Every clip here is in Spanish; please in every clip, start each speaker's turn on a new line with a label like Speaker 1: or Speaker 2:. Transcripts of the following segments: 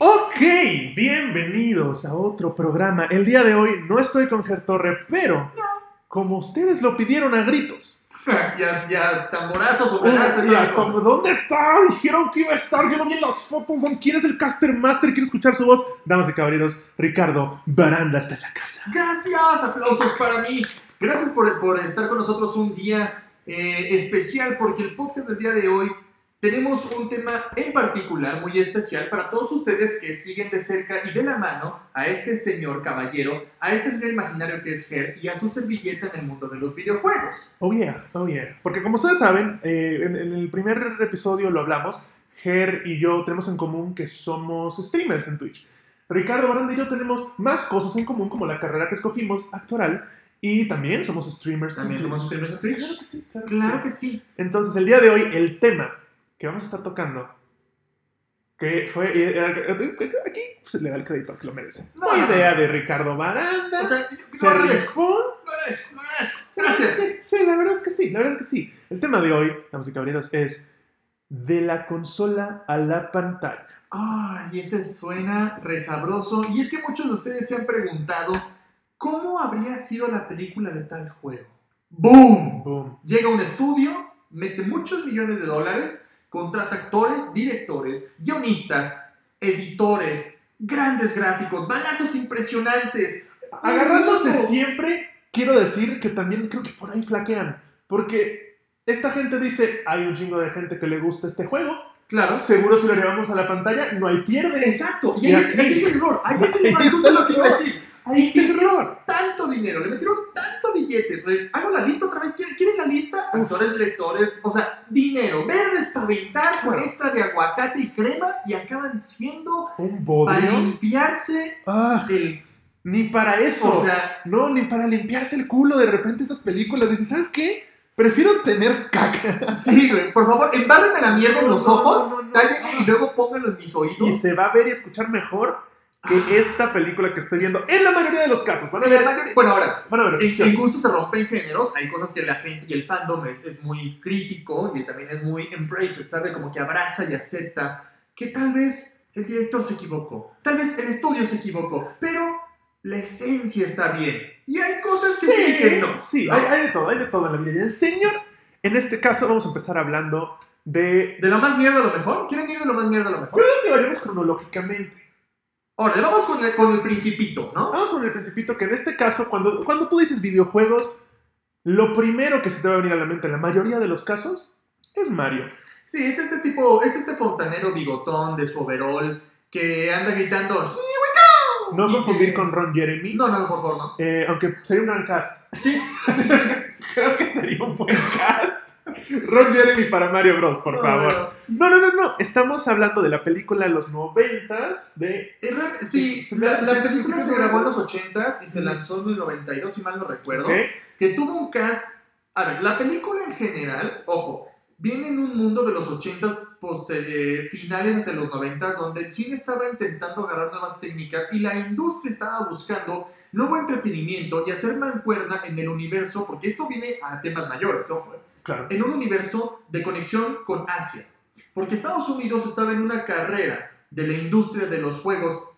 Speaker 1: Ok, bienvenidos a otro programa. El día de hoy no estoy con Ger Torre, pero como ustedes lo pidieron a gritos.
Speaker 2: ya, ya, tamborazos o golazos.
Speaker 1: Ya, como, ¿Dónde está? Dijeron que iba a estar, yo no vi las fotos. ¿Quién es el caster master? Quiero escuchar su voz. Damas y caballeros, Ricardo Baranda está en la casa.
Speaker 2: Gracias, aplausos para mí. Gracias por, por estar con nosotros un día eh, especial, porque el podcast del día de hoy tenemos un tema en particular muy especial para todos ustedes que siguen de cerca y de la mano a este señor caballero, a este señor imaginario que es Ger y a su servilleta en el mundo de los videojuegos.
Speaker 1: Oh yeah, oh yeah. Porque como ustedes saben, eh, en, en el primer episodio lo hablamos, Ger y yo tenemos en común que somos streamers en Twitch. Ricardo Baranda y yo tenemos más cosas en común, como la carrera que escogimos, actoral, y también somos streamers
Speaker 2: También
Speaker 1: en Twitch.
Speaker 2: somos streamers en Twitch.
Speaker 1: Claro que sí, claro,
Speaker 2: Claro
Speaker 1: que
Speaker 2: que
Speaker 1: sí.
Speaker 2: sí.
Speaker 1: Entonces, el día de hoy, el tema que vamos a estar tocando, que fue... eh, eh, aquí se le da el crédito al que lo merece.
Speaker 2: No,
Speaker 1: Fue
Speaker 2: no, no.
Speaker 1: idea de Ricardo Baranda.
Speaker 2: O sea, yo-
Speaker 1: se
Speaker 2: yo agradezco,
Speaker 1: rifó.
Speaker 2: yo agradezco, yo agradezco. Gracias.
Speaker 1: Sí, sí, la verdad es que sí, la verdad es que sí. El tema de hoy, damas y caballeros, es de la consola a la pantalla.
Speaker 2: Ay, ese suena resabroso. Y es que muchos de ustedes se han preguntado, ¿cómo habría sido la película de tal juego? ¡Boom!
Speaker 1: Boom.
Speaker 2: Llega un estudio, mete muchos millones de dólares, contrata actores, directores, guionistas, editores, grandes gráficos, balazos impresionantes.
Speaker 1: Agarrándose
Speaker 2: Hermoso.
Speaker 1: siempre, quiero decir que también creo que por ahí flaquean, porque esta gente dice, hay un chingo de gente que le gusta este juego,
Speaker 2: Claro.
Speaker 1: seguro si lo llevamos a la pantalla, no hay pierde.
Speaker 2: Exacto. Y
Speaker 1: Y
Speaker 2: ahí es,
Speaker 1: aquí-
Speaker 2: ahí es el error. Ahí es el
Speaker 1: Ahí
Speaker 2: error.
Speaker 1: está
Speaker 2: Justo
Speaker 1: el
Speaker 2: lo que iba a
Speaker 1: error.
Speaker 2: decir.
Speaker 1: Ahí está el
Speaker 2: Este-
Speaker 1: error.
Speaker 2: tanto dinero, le metieron tanto billete. re- Hago la lista otra vez. ¿Quieren, quieren la lista?
Speaker 1: Uf.
Speaker 2: Actores, directores, o sea, dinero. Verdes para pintar con
Speaker 1: Claro.
Speaker 2: extra de aguacate y crema y acaban siendo
Speaker 1: Un
Speaker 2: para
Speaker 1: bodrio.
Speaker 2: limpiarse
Speaker 1: Ah,
Speaker 2: el.
Speaker 1: ni para eso.
Speaker 2: O sea,
Speaker 1: no, ni para limpiarse el culo de repente esas películas. Dices, ¿sabes qué? Prefiero tener caca.
Speaker 2: sí, güey. Por favor, embárrenme la mierda en
Speaker 1: No,
Speaker 2: los
Speaker 1: no,
Speaker 2: ojos,
Speaker 1: no, no, no.
Speaker 2: tállenme y luego pónganlo en mis
Speaker 1: y
Speaker 2: oídos.
Speaker 1: se va a ver y escuchar mejor
Speaker 2: Ah.
Speaker 1: que esta película que estoy viendo. En la mayoría de los casos. Van a ver,
Speaker 2: Bueno, ahora,
Speaker 1: van a ver
Speaker 2: En, en
Speaker 1: excepciones.
Speaker 2: gusto se rompen géneros, hay cosas que la gente y el fandom es, es muy crítico y también es muy embrace, ¿sabe? Como que abraza y acepta que tal vez el director se equivocó, tal vez el estudio se equivocó, pero la esencia está bien. Y hay cosas que sí, y que no.
Speaker 1: Sí,
Speaker 2: ¿no?
Speaker 1: hay, hay de todo, hay de todo en la vida. Y el señor, en este caso, vamos a empezar hablando de.
Speaker 2: ¿De lo más mierda a lo mejor? ¿Quieren ir de lo más mierda a lo mejor?
Speaker 1: Creo que vayamos cronológicamente.
Speaker 2: Ahora, vamos con el, con el principito, ¿no?
Speaker 1: Vamos con el principito, que en este caso, cuando, cuando tú dices videojuegos, lo primero que se te va a venir a la mente en la mayoría de los casos es Mario.
Speaker 2: Sí, es este tipo, es este fontanero bigotón de su overall que anda gritando "Here we go".
Speaker 1: No
Speaker 2: Y
Speaker 1: confundir
Speaker 2: que-
Speaker 1: con Ron Jeremy.
Speaker 2: No, no, por favor, no.
Speaker 1: Eh, aunque sería un gran cast.
Speaker 2: Sí,
Speaker 1: Creo que sería un buen cast. Ron Jeremy para Mario Bros, por favor. No, no, no, no. Estamos hablando de la película de los noventas de...
Speaker 2: Eh, re- Sí,
Speaker 1: Sí,
Speaker 2: la,
Speaker 1: sí,
Speaker 2: la
Speaker 1: sí,
Speaker 2: película
Speaker 1: sí, sí,
Speaker 2: se
Speaker 1: sí,
Speaker 2: grabó en
Speaker 1: sí.
Speaker 2: los 80s y se
Speaker 1: Mm.
Speaker 2: lanzó en el 92, si mal no recuerdo,
Speaker 1: ¿ok?
Speaker 2: que tuvo un cast... A ver, la película en general, ojo, viene en un mundo de los 80s poster- eh, finales hacia los 90s, donde el cine estaba intentando agarrar nuevas técnicas y la industria estaba buscando nuevo entretenimiento y hacer mancuerna en el universo, porque esto viene a temas mayores, ojo, eh
Speaker 1: Claro.
Speaker 2: en un universo de conexión con Asia. Porque Estados Unidos estaba en una carrera de la industria de los juegos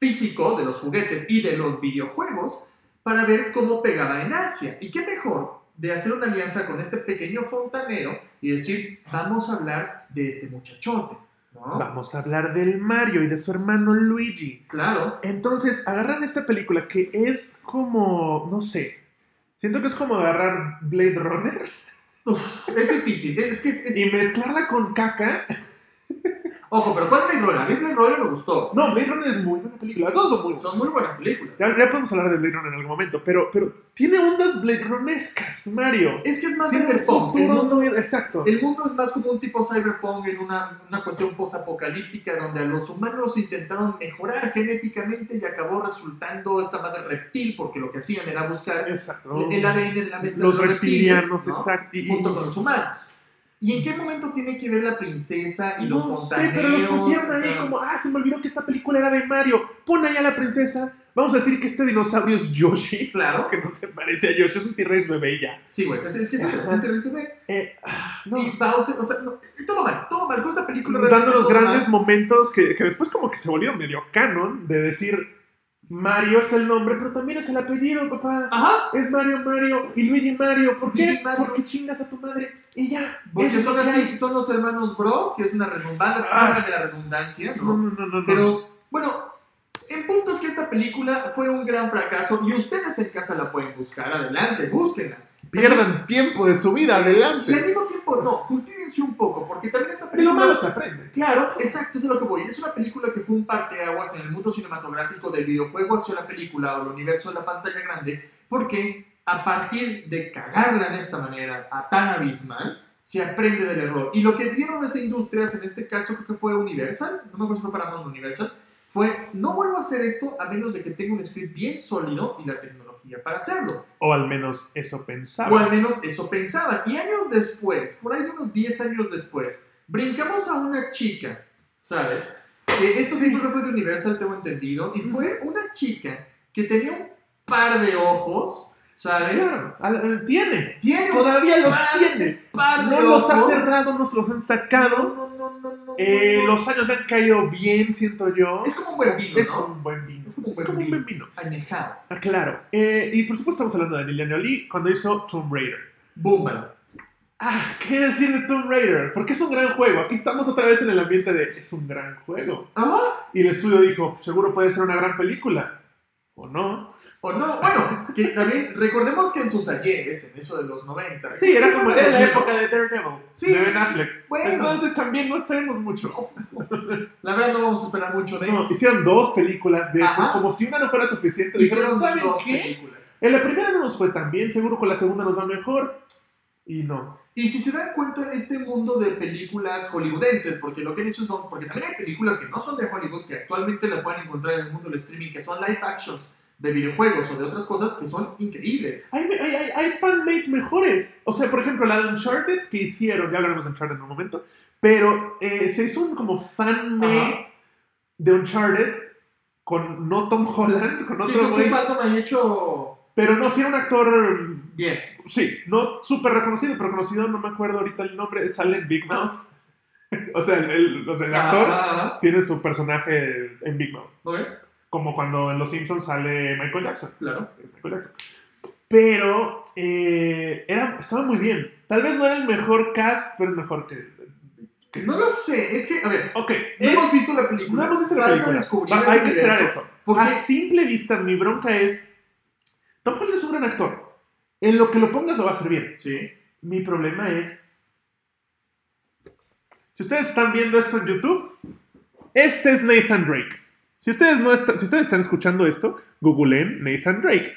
Speaker 2: físicos, de los juguetes y de los videojuegos, para ver cómo pegaba en Asia. ¿Y qué mejor de hacer una alianza con este pequeño fontanero y decir, vamos a hablar de este muchachote? ¿No?
Speaker 1: Vamos a hablar del Mario y de su hermano Luigi.
Speaker 2: Claro.
Speaker 1: Entonces, agarran esta película que es como... No sé. Siento que es como agarrar Blade Runner
Speaker 2: Es difícil. Es que es... es-
Speaker 1: y mezclarla con caca.
Speaker 2: Ojo, pero ¿cuál Blade Runner? A mí Blade Runner me gustó.
Speaker 1: No, Blade Runner es muy buena película. Las dos son muy buenas.
Speaker 2: Son muy buenas películas.
Speaker 1: Ya, ya podemos hablar de Blade Runner en algún momento, pero, pero tiene ondas Blade Runnescas, Mario.
Speaker 2: Es que es más
Speaker 1: Tiene un
Speaker 2: cyberpunk. El
Speaker 1: futuro
Speaker 2: mundo
Speaker 1: no- exacto.
Speaker 2: El mundo es más como un tipo cyberpunk en una, una cuestión posapocalíptica donde a los humanos intentaron mejorar genéticamente y acabó resultando esta madre reptil porque lo que hacían era buscar
Speaker 1: Exacto.
Speaker 2: el ADN de la mezcla de
Speaker 1: los
Speaker 2: reptiles,
Speaker 1: reptilianos,
Speaker 2: ¿no?
Speaker 1: exacto. Y, y-
Speaker 2: junto con los humanos. ¿Y en qué momento tiene que ver la princesa y
Speaker 1: no
Speaker 2: los
Speaker 1: sé,
Speaker 2: fontaneros?
Speaker 1: pero los pusieron
Speaker 2: O
Speaker 1: ahí
Speaker 2: sea,
Speaker 1: como, ah, se me olvidó que esta película era de Mario. Pon allá a la princesa. Vamos a decir que este dinosaurio es Yoshi,
Speaker 2: Claro.
Speaker 1: que no se parece a Yoshi, es un T-Rex bebé y ya.
Speaker 2: Sí, güey. Es, es que es eso, es un terrorista, güey.
Speaker 1: Eh, ah, no.
Speaker 2: Y Bowser, o sea, no, eh, todo mal, todo mal. Con esta película
Speaker 1: dando
Speaker 2: realmente
Speaker 1: los
Speaker 2: todo
Speaker 1: grandes
Speaker 2: mal.
Speaker 1: momentos que, que después como que se volvieron medio canon de decir Mario es el nombre, pero también es el apellido, papá.
Speaker 2: Ajá.
Speaker 1: Es Mario Mario y Luigi Mario. ¿Por qué?
Speaker 2: Luigi Mario.
Speaker 1: Porque chingas a tu madre y ya.
Speaker 2: Porque
Speaker 1: Eso es
Speaker 2: son
Speaker 1: lo que
Speaker 2: así,
Speaker 1: hay.
Speaker 2: son los hermanos Bros, que es una redundancia,
Speaker 1: Ah. Mm.
Speaker 2: palabra de la redundancia, ¿no?
Speaker 1: No, no, no, no. no.
Speaker 2: Pero bueno, en punto es que esta película fue un gran fracaso y ustedes en casa la pueden buscar. Adelante, búsquenla.
Speaker 1: pierdan tiempo de su vida,
Speaker 2: Y al
Speaker 1: adelante.
Speaker 2: mismo tiempo, no, cultívense un poco, porque también esta
Speaker 1: De lo
Speaker 2: película.
Speaker 1: malo se aprende.
Speaker 2: Claro, exacto, eso es a lo que voy. Es una película que fue un parteaguas en el mundo cinematográfico del videojuego hacia la película o el universo de la pantalla grande, porque a partir de cagarla en esta manera, a tan abismal, se aprende del error. Y lo que dieron las industrias, en este caso creo que fue Universal, no me acuerdo si fue Paramount o Universal, fue no vuelvo a hacer esto a menos de que tenga un script bien sólido y la tecnología para hacerlo.
Speaker 1: O al menos eso pensaba.
Speaker 2: O al menos eso pensaban. Y años después, por ahí de unos 10 años después, brincamos a una chica, ¿sabes? Que esto sí fue de Universal, tengo entendido. Y fue una chica que tenía un par de ojos, ¿sabes?
Speaker 1: Claro, al- al- tiene.
Speaker 2: Tiene un
Speaker 1: Todavía los
Speaker 2: Ah,
Speaker 1: tiene.
Speaker 2: par de
Speaker 1: No
Speaker 2: ojos.
Speaker 1: los ha cerrado, no se los han sacado.
Speaker 2: No, no, no, no, no,
Speaker 1: Eh,
Speaker 2: no.
Speaker 1: los años le han caído bien, siento yo.
Speaker 2: Es como un buen vino,
Speaker 1: Es
Speaker 2: ¿no?
Speaker 1: un buen vino.
Speaker 2: Es como un
Speaker 1: Es
Speaker 2: buen
Speaker 1: como un
Speaker 2: vino.
Speaker 1: buen vino.
Speaker 2: Añejado.
Speaker 1: Ah, claro. Eh, y por supuesto estamos hablando de Liliana Jolie cuando hizo Tomb Raider.
Speaker 2: Búmbalo.
Speaker 1: Ah, ¿qué decir de Tomb Raider? Porque es un gran juego. Aquí estamos otra vez en el ambiente de es un gran juego.
Speaker 2: ¿Ah?
Speaker 1: Y el estudio dijo, seguro puede ser una gran película. ¿O no?
Speaker 2: O no, bueno, que también recordemos que en sus ayeres, en eso de los 90.
Speaker 1: Sí, era como
Speaker 2: fue
Speaker 1: era la
Speaker 2: lo mismo.
Speaker 1: época de Daredevil.
Speaker 2: Sí.
Speaker 1: De Ben Affleck.
Speaker 2: Bueno,
Speaker 1: Entonces también no esperemos mucho.
Speaker 2: La verdad no vamos a esperar mucho de
Speaker 1: No, hicieron dos películas de
Speaker 2: Ajá.
Speaker 1: como si una no fuera suficiente. Dijeron,
Speaker 2: Hicieron
Speaker 1: ¿saben
Speaker 2: dos
Speaker 1: qué?
Speaker 2: películas.
Speaker 1: En la primera no nos fue tan bien, seguro con la segunda nos va mejor. Y no.
Speaker 2: Y si se dan cuenta, este mundo de películas hollywoodenses, porque lo que han hecho son, porque también hay películas que no son de Hollywood, que actualmente las pueden encontrar en el mundo del streaming, que son live actions de videojuegos o de otras cosas que son increíbles.
Speaker 1: Hay, hay, hay, hay fanmates mejores. O sea, por ejemplo, la de Uncharted que hicieron, ya hablaremos de Uncharted en un momento, pero eh, se hizo un como fanmate
Speaker 2: Ajá.
Speaker 1: de Uncharted con no Tom Holland, con
Speaker 2: Sí,
Speaker 1: otro
Speaker 2: son
Speaker 1: güey,
Speaker 2: un me han hecho
Speaker 1: pero no, sí era un actor, mm,
Speaker 2: bien.
Speaker 1: sí, no súper reconocido, pero conocido, no me acuerdo ahorita el nombre, sale en Big Mouth. o sea, el, el- o sea, el actor
Speaker 2: Ah, ah, ah,
Speaker 1: tiene su personaje en Big Mouth,
Speaker 2: ¿no ve?
Speaker 1: como cuando en Los Simpsons sale Michael Jackson.
Speaker 2: Claro.
Speaker 1: es Michael Jackson. Pero eh, era, estaba muy bien. Tal vez no era el mejor cast, pero es mejor que. que-
Speaker 2: No lo sé, es que, a ver,
Speaker 1: Ok,
Speaker 2: no
Speaker 1: es-
Speaker 2: hemos visto la película.
Speaker 1: no hemos visto la
Speaker 2: Falta
Speaker 1: película.
Speaker 2: descubrir
Speaker 1: Va-
Speaker 2: ese
Speaker 1: hay que esperar
Speaker 2: universo.
Speaker 1: eso.
Speaker 2: Porque
Speaker 1: A simple vista, mi bronca es. Tom Holland es un gran actor. En lo que lo pongas lo va a hacer bien.
Speaker 2: Sí.
Speaker 1: Mi problema es. Si ustedes están viendo esto en YouTube, este es Nathan Drake. Si ustedes, no está- si ustedes están escuchando esto, googleen Nathan Drake.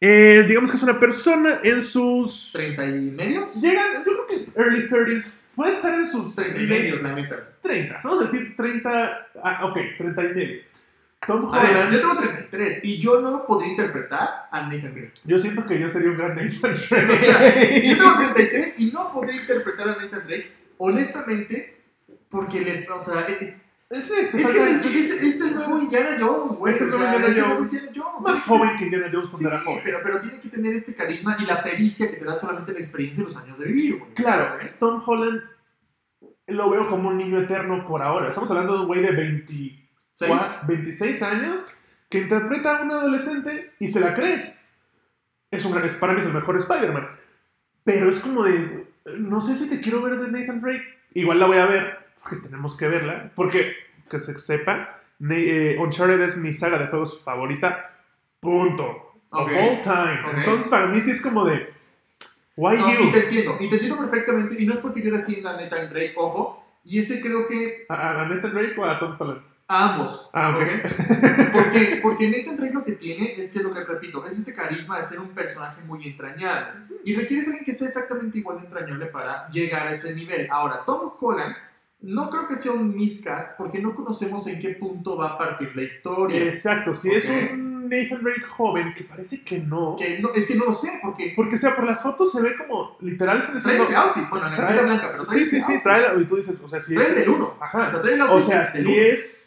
Speaker 1: Eh, digamos que es una persona en sus.
Speaker 2: ¿30 y medios?
Speaker 1: Llegan, yo creo que early 30s. Puede estar en sus
Speaker 2: 30 y medios, la neta.
Speaker 1: 30, vamos a decir 30. Ah, ok, 30 y medio. Tom
Speaker 2: A ver, yo
Speaker 1: Holland,
Speaker 2: tengo 33 y yo no podría interpretar a Nathan Drake.
Speaker 1: yo siento que yo sería un gran Nathan
Speaker 2: O sea, yo
Speaker 1: Drake.
Speaker 2: tengo 33 y no podría interpretar a Nathan Drake, honestamente, porque le, o sea, eh, eh,
Speaker 1: Ese, te
Speaker 2: es que
Speaker 1: falta-
Speaker 2: es el, es- es el nuevo Indiana Jones, güey.
Speaker 1: Es el
Speaker 2: o
Speaker 1: nuevo
Speaker 2: sea,
Speaker 1: Indiana
Speaker 2: es el nuevo
Speaker 1: Jones.
Speaker 2: Indiana Jones.
Speaker 1: más
Speaker 2: Sí,
Speaker 1: joven que Indiana Jones
Speaker 2: Sí,
Speaker 1: cuando era joven.
Speaker 2: pero, pero tiene que tener este carisma y la pericia que te da solamente la experiencia y los años de vivir, güey.
Speaker 1: Claro,
Speaker 2: ¿Eh?
Speaker 1: Tom Holland lo veo como un niño eterno por ahora. Estamos hablando de un güey de 24,
Speaker 2: Seis.
Speaker 1: 26 años que interpreta a un adolescente y se la crees. Es un gran, es- para mí es el mejor Spider-Man. Pero es como de, no sé si te quiero ver de Nathan Drake. Igual la voy a ver, porque tenemos que verla. Porque, que se sepa, Na- eh, Uncharted es mi saga de juegos favorita. Punto.
Speaker 2: Ok.
Speaker 1: Of all time.
Speaker 2: Ok.
Speaker 1: Entonces para mí sí es como de, why
Speaker 2: No,
Speaker 1: you?
Speaker 2: y te entiendo, y te entiendo perfectamente, y no es porque yo defienda a Nathan Drake, ojo, y ese creo que
Speaker 1: ¿A, a- a Nathan Drake o a Tom Holland?
Speaker 2: a ambos,
Speaker 1: Ah, ok.
Speaker 2: ¿ok? Porque, porque Nathan Drake lo que tiene es que lo que repito, es este carisma de ser un personaje muy entrañable. Y requieres a alguien que sea exactamente igual de entrañable para llegar a ese nivel. Ahora, Tom Holland no creo que sea un miscast porque no conocemos en qué punto va a partir la historia.
Speaker 1: Exacto, si es
Speaker 2: Ok.
Speaker 1: un Nathan Drake joven, que parece que no.
Speaker 2: Que no- es que no lo sé, porque
Speaker 1: Porque, o sea, por las fotos se ve como literal están
Speaker 2: trae
Speaker 1: estando-
Speaker 2: ese outfit. Bueno, la
Speaker 1: Trae-
Speaker 2: camisa blanca, pero trae
Speaker 1: Sí,
Speaker 2: ese
Speaker 1: sí, sí,
Speaker 2: outfit.
Speaker 1: trae la- y tú dices, o sea, si
Speaker 2: Trae el
Speaker 1: es...
Speaker 2: del uno. O
Speaker 1: Ajá.
Speaker 2: sea, trae el
Speaker 1: O
Speaker 2: outfit
Speaker 1: sea,
Speaker 2: del
Speaker 1: si
Speaker 2: uno.
Speaker 1: es...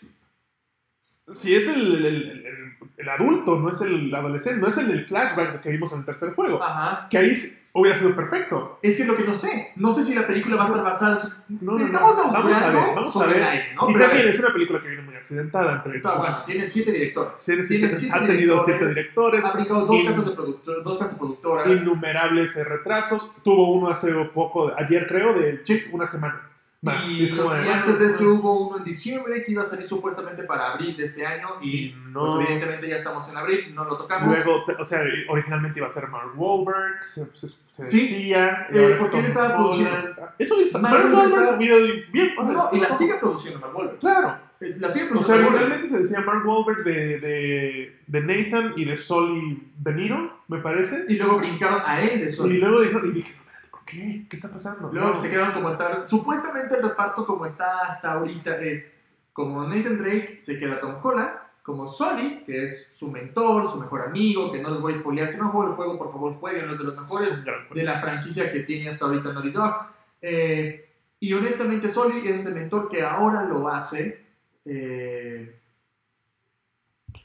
Speaker 1: Si es el, el- el- el- el adulto, no es el adolescente, no es el del flashback que vimos en el tercer juego.
Speaker 2: Ajá.
Speaker 1: Que ahí s- hubiera sido perfecto.
Speaker 2: Es que es lo que no sé. No sé si la película va a estar basada. Entonces,
Speaker 1: No, no, no.
Speaker 2: estamos
Speaker 1: Vamos a
Speaker 2: augurando
Speaker 1: ver, vamos a
Speaker 2: sobre el
Speaker 1: ver.
Speaker 2: aire, ¿no?
Speaker 1: Y
Speaker 2: Pero a ver,
Speaker 1: también es una película que viene muy accidentada. Entre,
Speaker 2: está Ah, bueno, tiene siete directores.
Speaker 1: Sí, sí,
Speaker 2: tiene
Speaker 1: sí,
Speaker 2: siete
Speaker 1: ha tenido siete
Speaker 2: directores, Ah,
Speaker 1: directores,
Speaker 2: Ha aplicado dos
Speaker 1: in-
Speaker 2: casas de productor, dos casas productoras.
Speaker 1: innumerables eh, retrasos. Tuvo uno hace poco, ayer creo, de Chip, una semana más.
Speaker 2: Y,
Speaker 1: es como de,
Speaker 2: y antes de eso hubo uno en diciembre que iba a salir supuestamente para abril de este año y
Speaker 1: y
Speaker 2: pues
Speaker 1: no.
Speaker 2: evidentemente ya estamos en abril, no lo tocamos.
Speaker 1: Luego, te- o sea, originalmente iba a ser Mark Wahlberg, se, se- se
Speaker 2: Sí.
Speaker 1: decía. y
Speaker 2: Eh,
Speaker 1: ahora es
Speaker 2: porque
Speaker 1: Tom
Speaker 2: él estaba
Speaker 1: Holland. Ah, Eso está.
Speaker 2: Mark
Speaker 1: Mark
Speaker 2: Wahlberg
Speaker 1: Wahlberg,
Speaker 2: estaba-
Speaker 1: bien, bien,
Speaker 2: No, no, y la
Speaker 1: ojo.
Speaker 2: sigue produciendo Mark Wahlberg.
Speaker 1: Claro.
Speaker 2: Es- La sigue
Speaker 1: O sea,
Speaker 2: produciendo Mark Wahlberg.
Speaker 1: originalmente se decía Mark Wahlberg de, de, de Nathan y de Sol y De Niro, me parece.
Speaker 2: Y luego brincaron a él de Sony.
Speaker 1: Y luego dijeron, y dije, "Espérate, ¿por qué? ¿Qué está pasando?
Speaker 2: Luego
Speaker 1: No.
Speaker 2: se quedaron como estar. Supuestamente el reparto como está hasta ahorita es como Nathan Drake se queda Tom Holland, como Sully, que es su mentor, su mejor amigo, que no les voy a spoilear. Si no juego el juego, por favor, jueguen, es de los mejores de la franquicia que tiene hasta ahorita Naughty Dog. Eh, y honestamente, Sully es el mentor que ahora lo hace eh,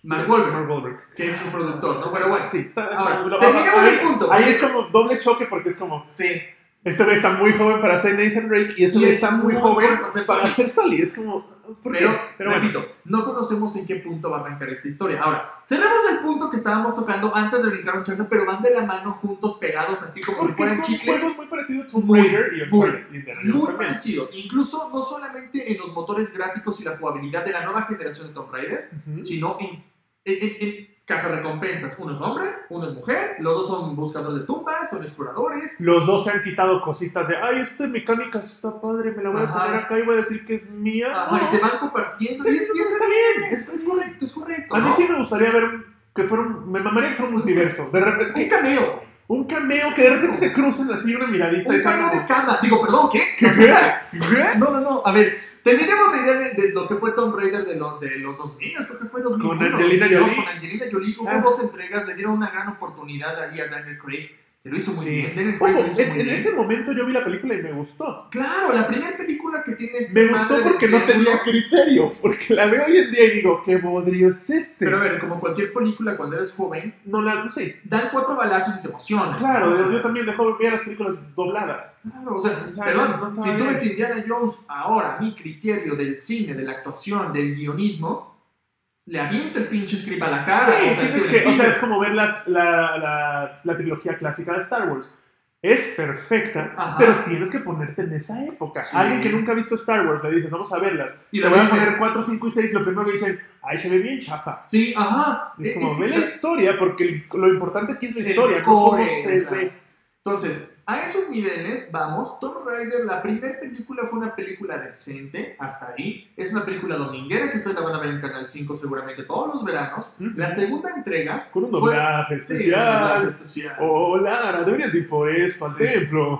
Speaker 2: Mark Wahlberg,
Speaker 1: Mark Wahlberg.
Speaker 2: que es un productor, ¿no? Pero bueno,
Speaker 1: Sí, está-
Speaker 2: ahora,
Speaker 1: lo-
Speaker 2: terminemos
Speaker 1: ahí-
Speaker 2: el punto.
Speaker 1: Ahí es como doble choque porque es como,
Speaker 2: sí.
Speaker 1: este güey está muy joven para ser Nathan Drake y este
Speaker 2: Y
Speaker 1: güey
Speaker 2: es
Speaker 1: está muy
Speaker 2: muy
Speaker 1: joven
Speaker 2: joven para ser
Speaker 1: para
Speaker 2: Sully.
Speaker 1: ser Sully. Es como, ¿por qué?
Speaker 2: Pero,
Speaker 1: Pero bueno,
Speaker 2: repito, no conocemos en qué punto va a arrancar esta historia. Ahora, cerremos el punto que estábamos tocando antes de brincar un charla, pero van de la mano juntos, pegados, así como si
Speaker 1: porque
Speaker 2: fueran
Speaker 1: son
Speaker 2: chicle.
Speaker 1: juegos muy parecidos a Tomb
Speaker 2: Muy,
Speaker 1: Raider y Uncharted. y Indiana Jones
Speaker 2: Muy
Speaker 1: también.
Speaker 2: parecido, incluso no solamente en los motores gráficos y la jugabilidad de la nueva generación de Tomb Raider,
Speaker 1: Ujú.
Speaker 2: sino en, en, en- en cazarrecompensas. Uno es hombre, uno es mujer, los dos son buscadores de tumbas, son exploradores.
Speaker 1: Los dos se han quitado cositas de, ay, esta mecánica está padre, me la voy a
Speaker 2: Ajá.
Speaker 1: poner acá y voy a decir que es mía.
Speaker 2: Ajá, y
Speaker 1: No.
Speaker 2: se van compartiendo.
Speaker 1: Ah, Sí,
Speaker 2: y es, y
Speaker 1: no,
Speaker 2: está
Speaker 1: está
Speaker 2: bien,
Speaker 1: bien, Ah,
Speaker 2: es, es correcto, es correcto.
Speaker 1: A mí
Speaker 2: ¿no?
Speaker 1: sí me gustaría ver un- que fuera un, me mamaría que fuera un multiverso. De
Speaker 2: Un
Speaker 1: repente,
Speaker 2: cameo,
Speaker 1: un cameo que de repente se crucen así una miradita y
Speaker 2: un
Speaker 1: sea
Speaker 2: cameo
Speaker 1: como,
Speaker 2: de cama. Digo, perdón, ¿qué? ¿Eh?
Speaker 1: ¿Qué? ¿Qué?
Speaker 2: No, no, no. A ver, terminemos la idea de, de lo que fue Tomb Raider de, lo- de los 2000, creo que fue 2001.
Speaker 1: Con Angelina
Speaker 2: 2002,
Speaker 1: Jolie.
Speaker 2: Con Angelina Jolie hubo
Speaker 1: Ah.
Speaker 2: dos entregas, le dieron una gran oportunidad ahí a Daniel Craig, que lo hizo muy
Speaker 1: Sí.
Speaker 2: bien. Daniel Craig
Speaker 1: Ojo,
Speaker 2: lo hizo
Speaker 1: en,
Speaker 2: muy
Speaker 1: en
Speaker 2: bien.
Speaker 1: ese momento yo vi la película y me gustó.
Speaker 2: Claro, la primera película que tienes.
Speaker 1: Me gustó porque no tenía criterio, porque la veo hoy en día y digo, qué bodrio es este.
Speaker 2: Pero a ver, como cualquier película cuando eres joven,
Speaker 1: no la, sí,
Speaker 2: dan cuatro balazos y te emociona.
Speaker 1: claro,
Speaker 2: O sea,
Speaker 1: yo, yo también de joven veía las películas dobladas.
Speaker 2: Claro, o sea,
Speaker 1: O sea,
Speaker 2: perdón,
Speaker 1: no- no estaba
Speaker 2: si tú
Speaker 1: bien.
Speaker 2: ves Indiana Jones ahora, mi criterio del cine, de la actuación, del guionismo, le aviento el pinche script a la cara.
Speaker 1: Sí,
Speaker 2: o
Speaker 1: tienes
Speaker 2: sea, Steven
Speaker 1: que- o sea,
Speaker 2: Spielberg.
Speaker 1: es como ver las- la, la- la trilogía clásica de Star Wars. Es perfecta,
Speaker 2: Ajá.
Speaker 1: pero tienes que ponerte en esa época.
Speaker 2: Sí.
Speaker 1: Alguien que nunca ha visto Star Wars le dices, vamos a verlas.
Speaker 2: Y
Speaker 1: Te
Speaker 2: la
Speaker 1: voy a
Speaker 2: dice,
Speaker 1: poner 4, 5 y 6. Lo primero que dicen, ahí se ve bien chafa.
Speaker 2: Sí, ajá.
Speaker 1: Es
Speaker 2: Eh,
Speaker 1: como,
Speaker 2: es que
Speaker 1: ve la
Speaker 2: es
Speaker 1: historia, porque el- lo importante aquí es la
Speaker 2: el
Speaker 1: historia, no
Speaker 2: core,
Speaker 1: cómo se
Speaker 2: o sea.
Speaker 1: ve.
Speaker 2: Entonces, a esos niveles vamos. Tomb Raider, la primera película fue una película decente, hasta ahí. Es una película dominguera que ustedes la van a ver en Canal 5 seguramente todos los veranos.
Speaker 1: Ujú.
Speaker 2: La segunda entrega.
Speaker 1: Con un
Speaker 2: fue-
Speaker 1: doblaje
Speaker 2: Sí, la verdad,
Speaker 1: especial.
Speaker 2: especial.
Speaker 1: Hola, Lara, deberías ir por esto al
Speaker 2: Sí.
Speaker 1: templo.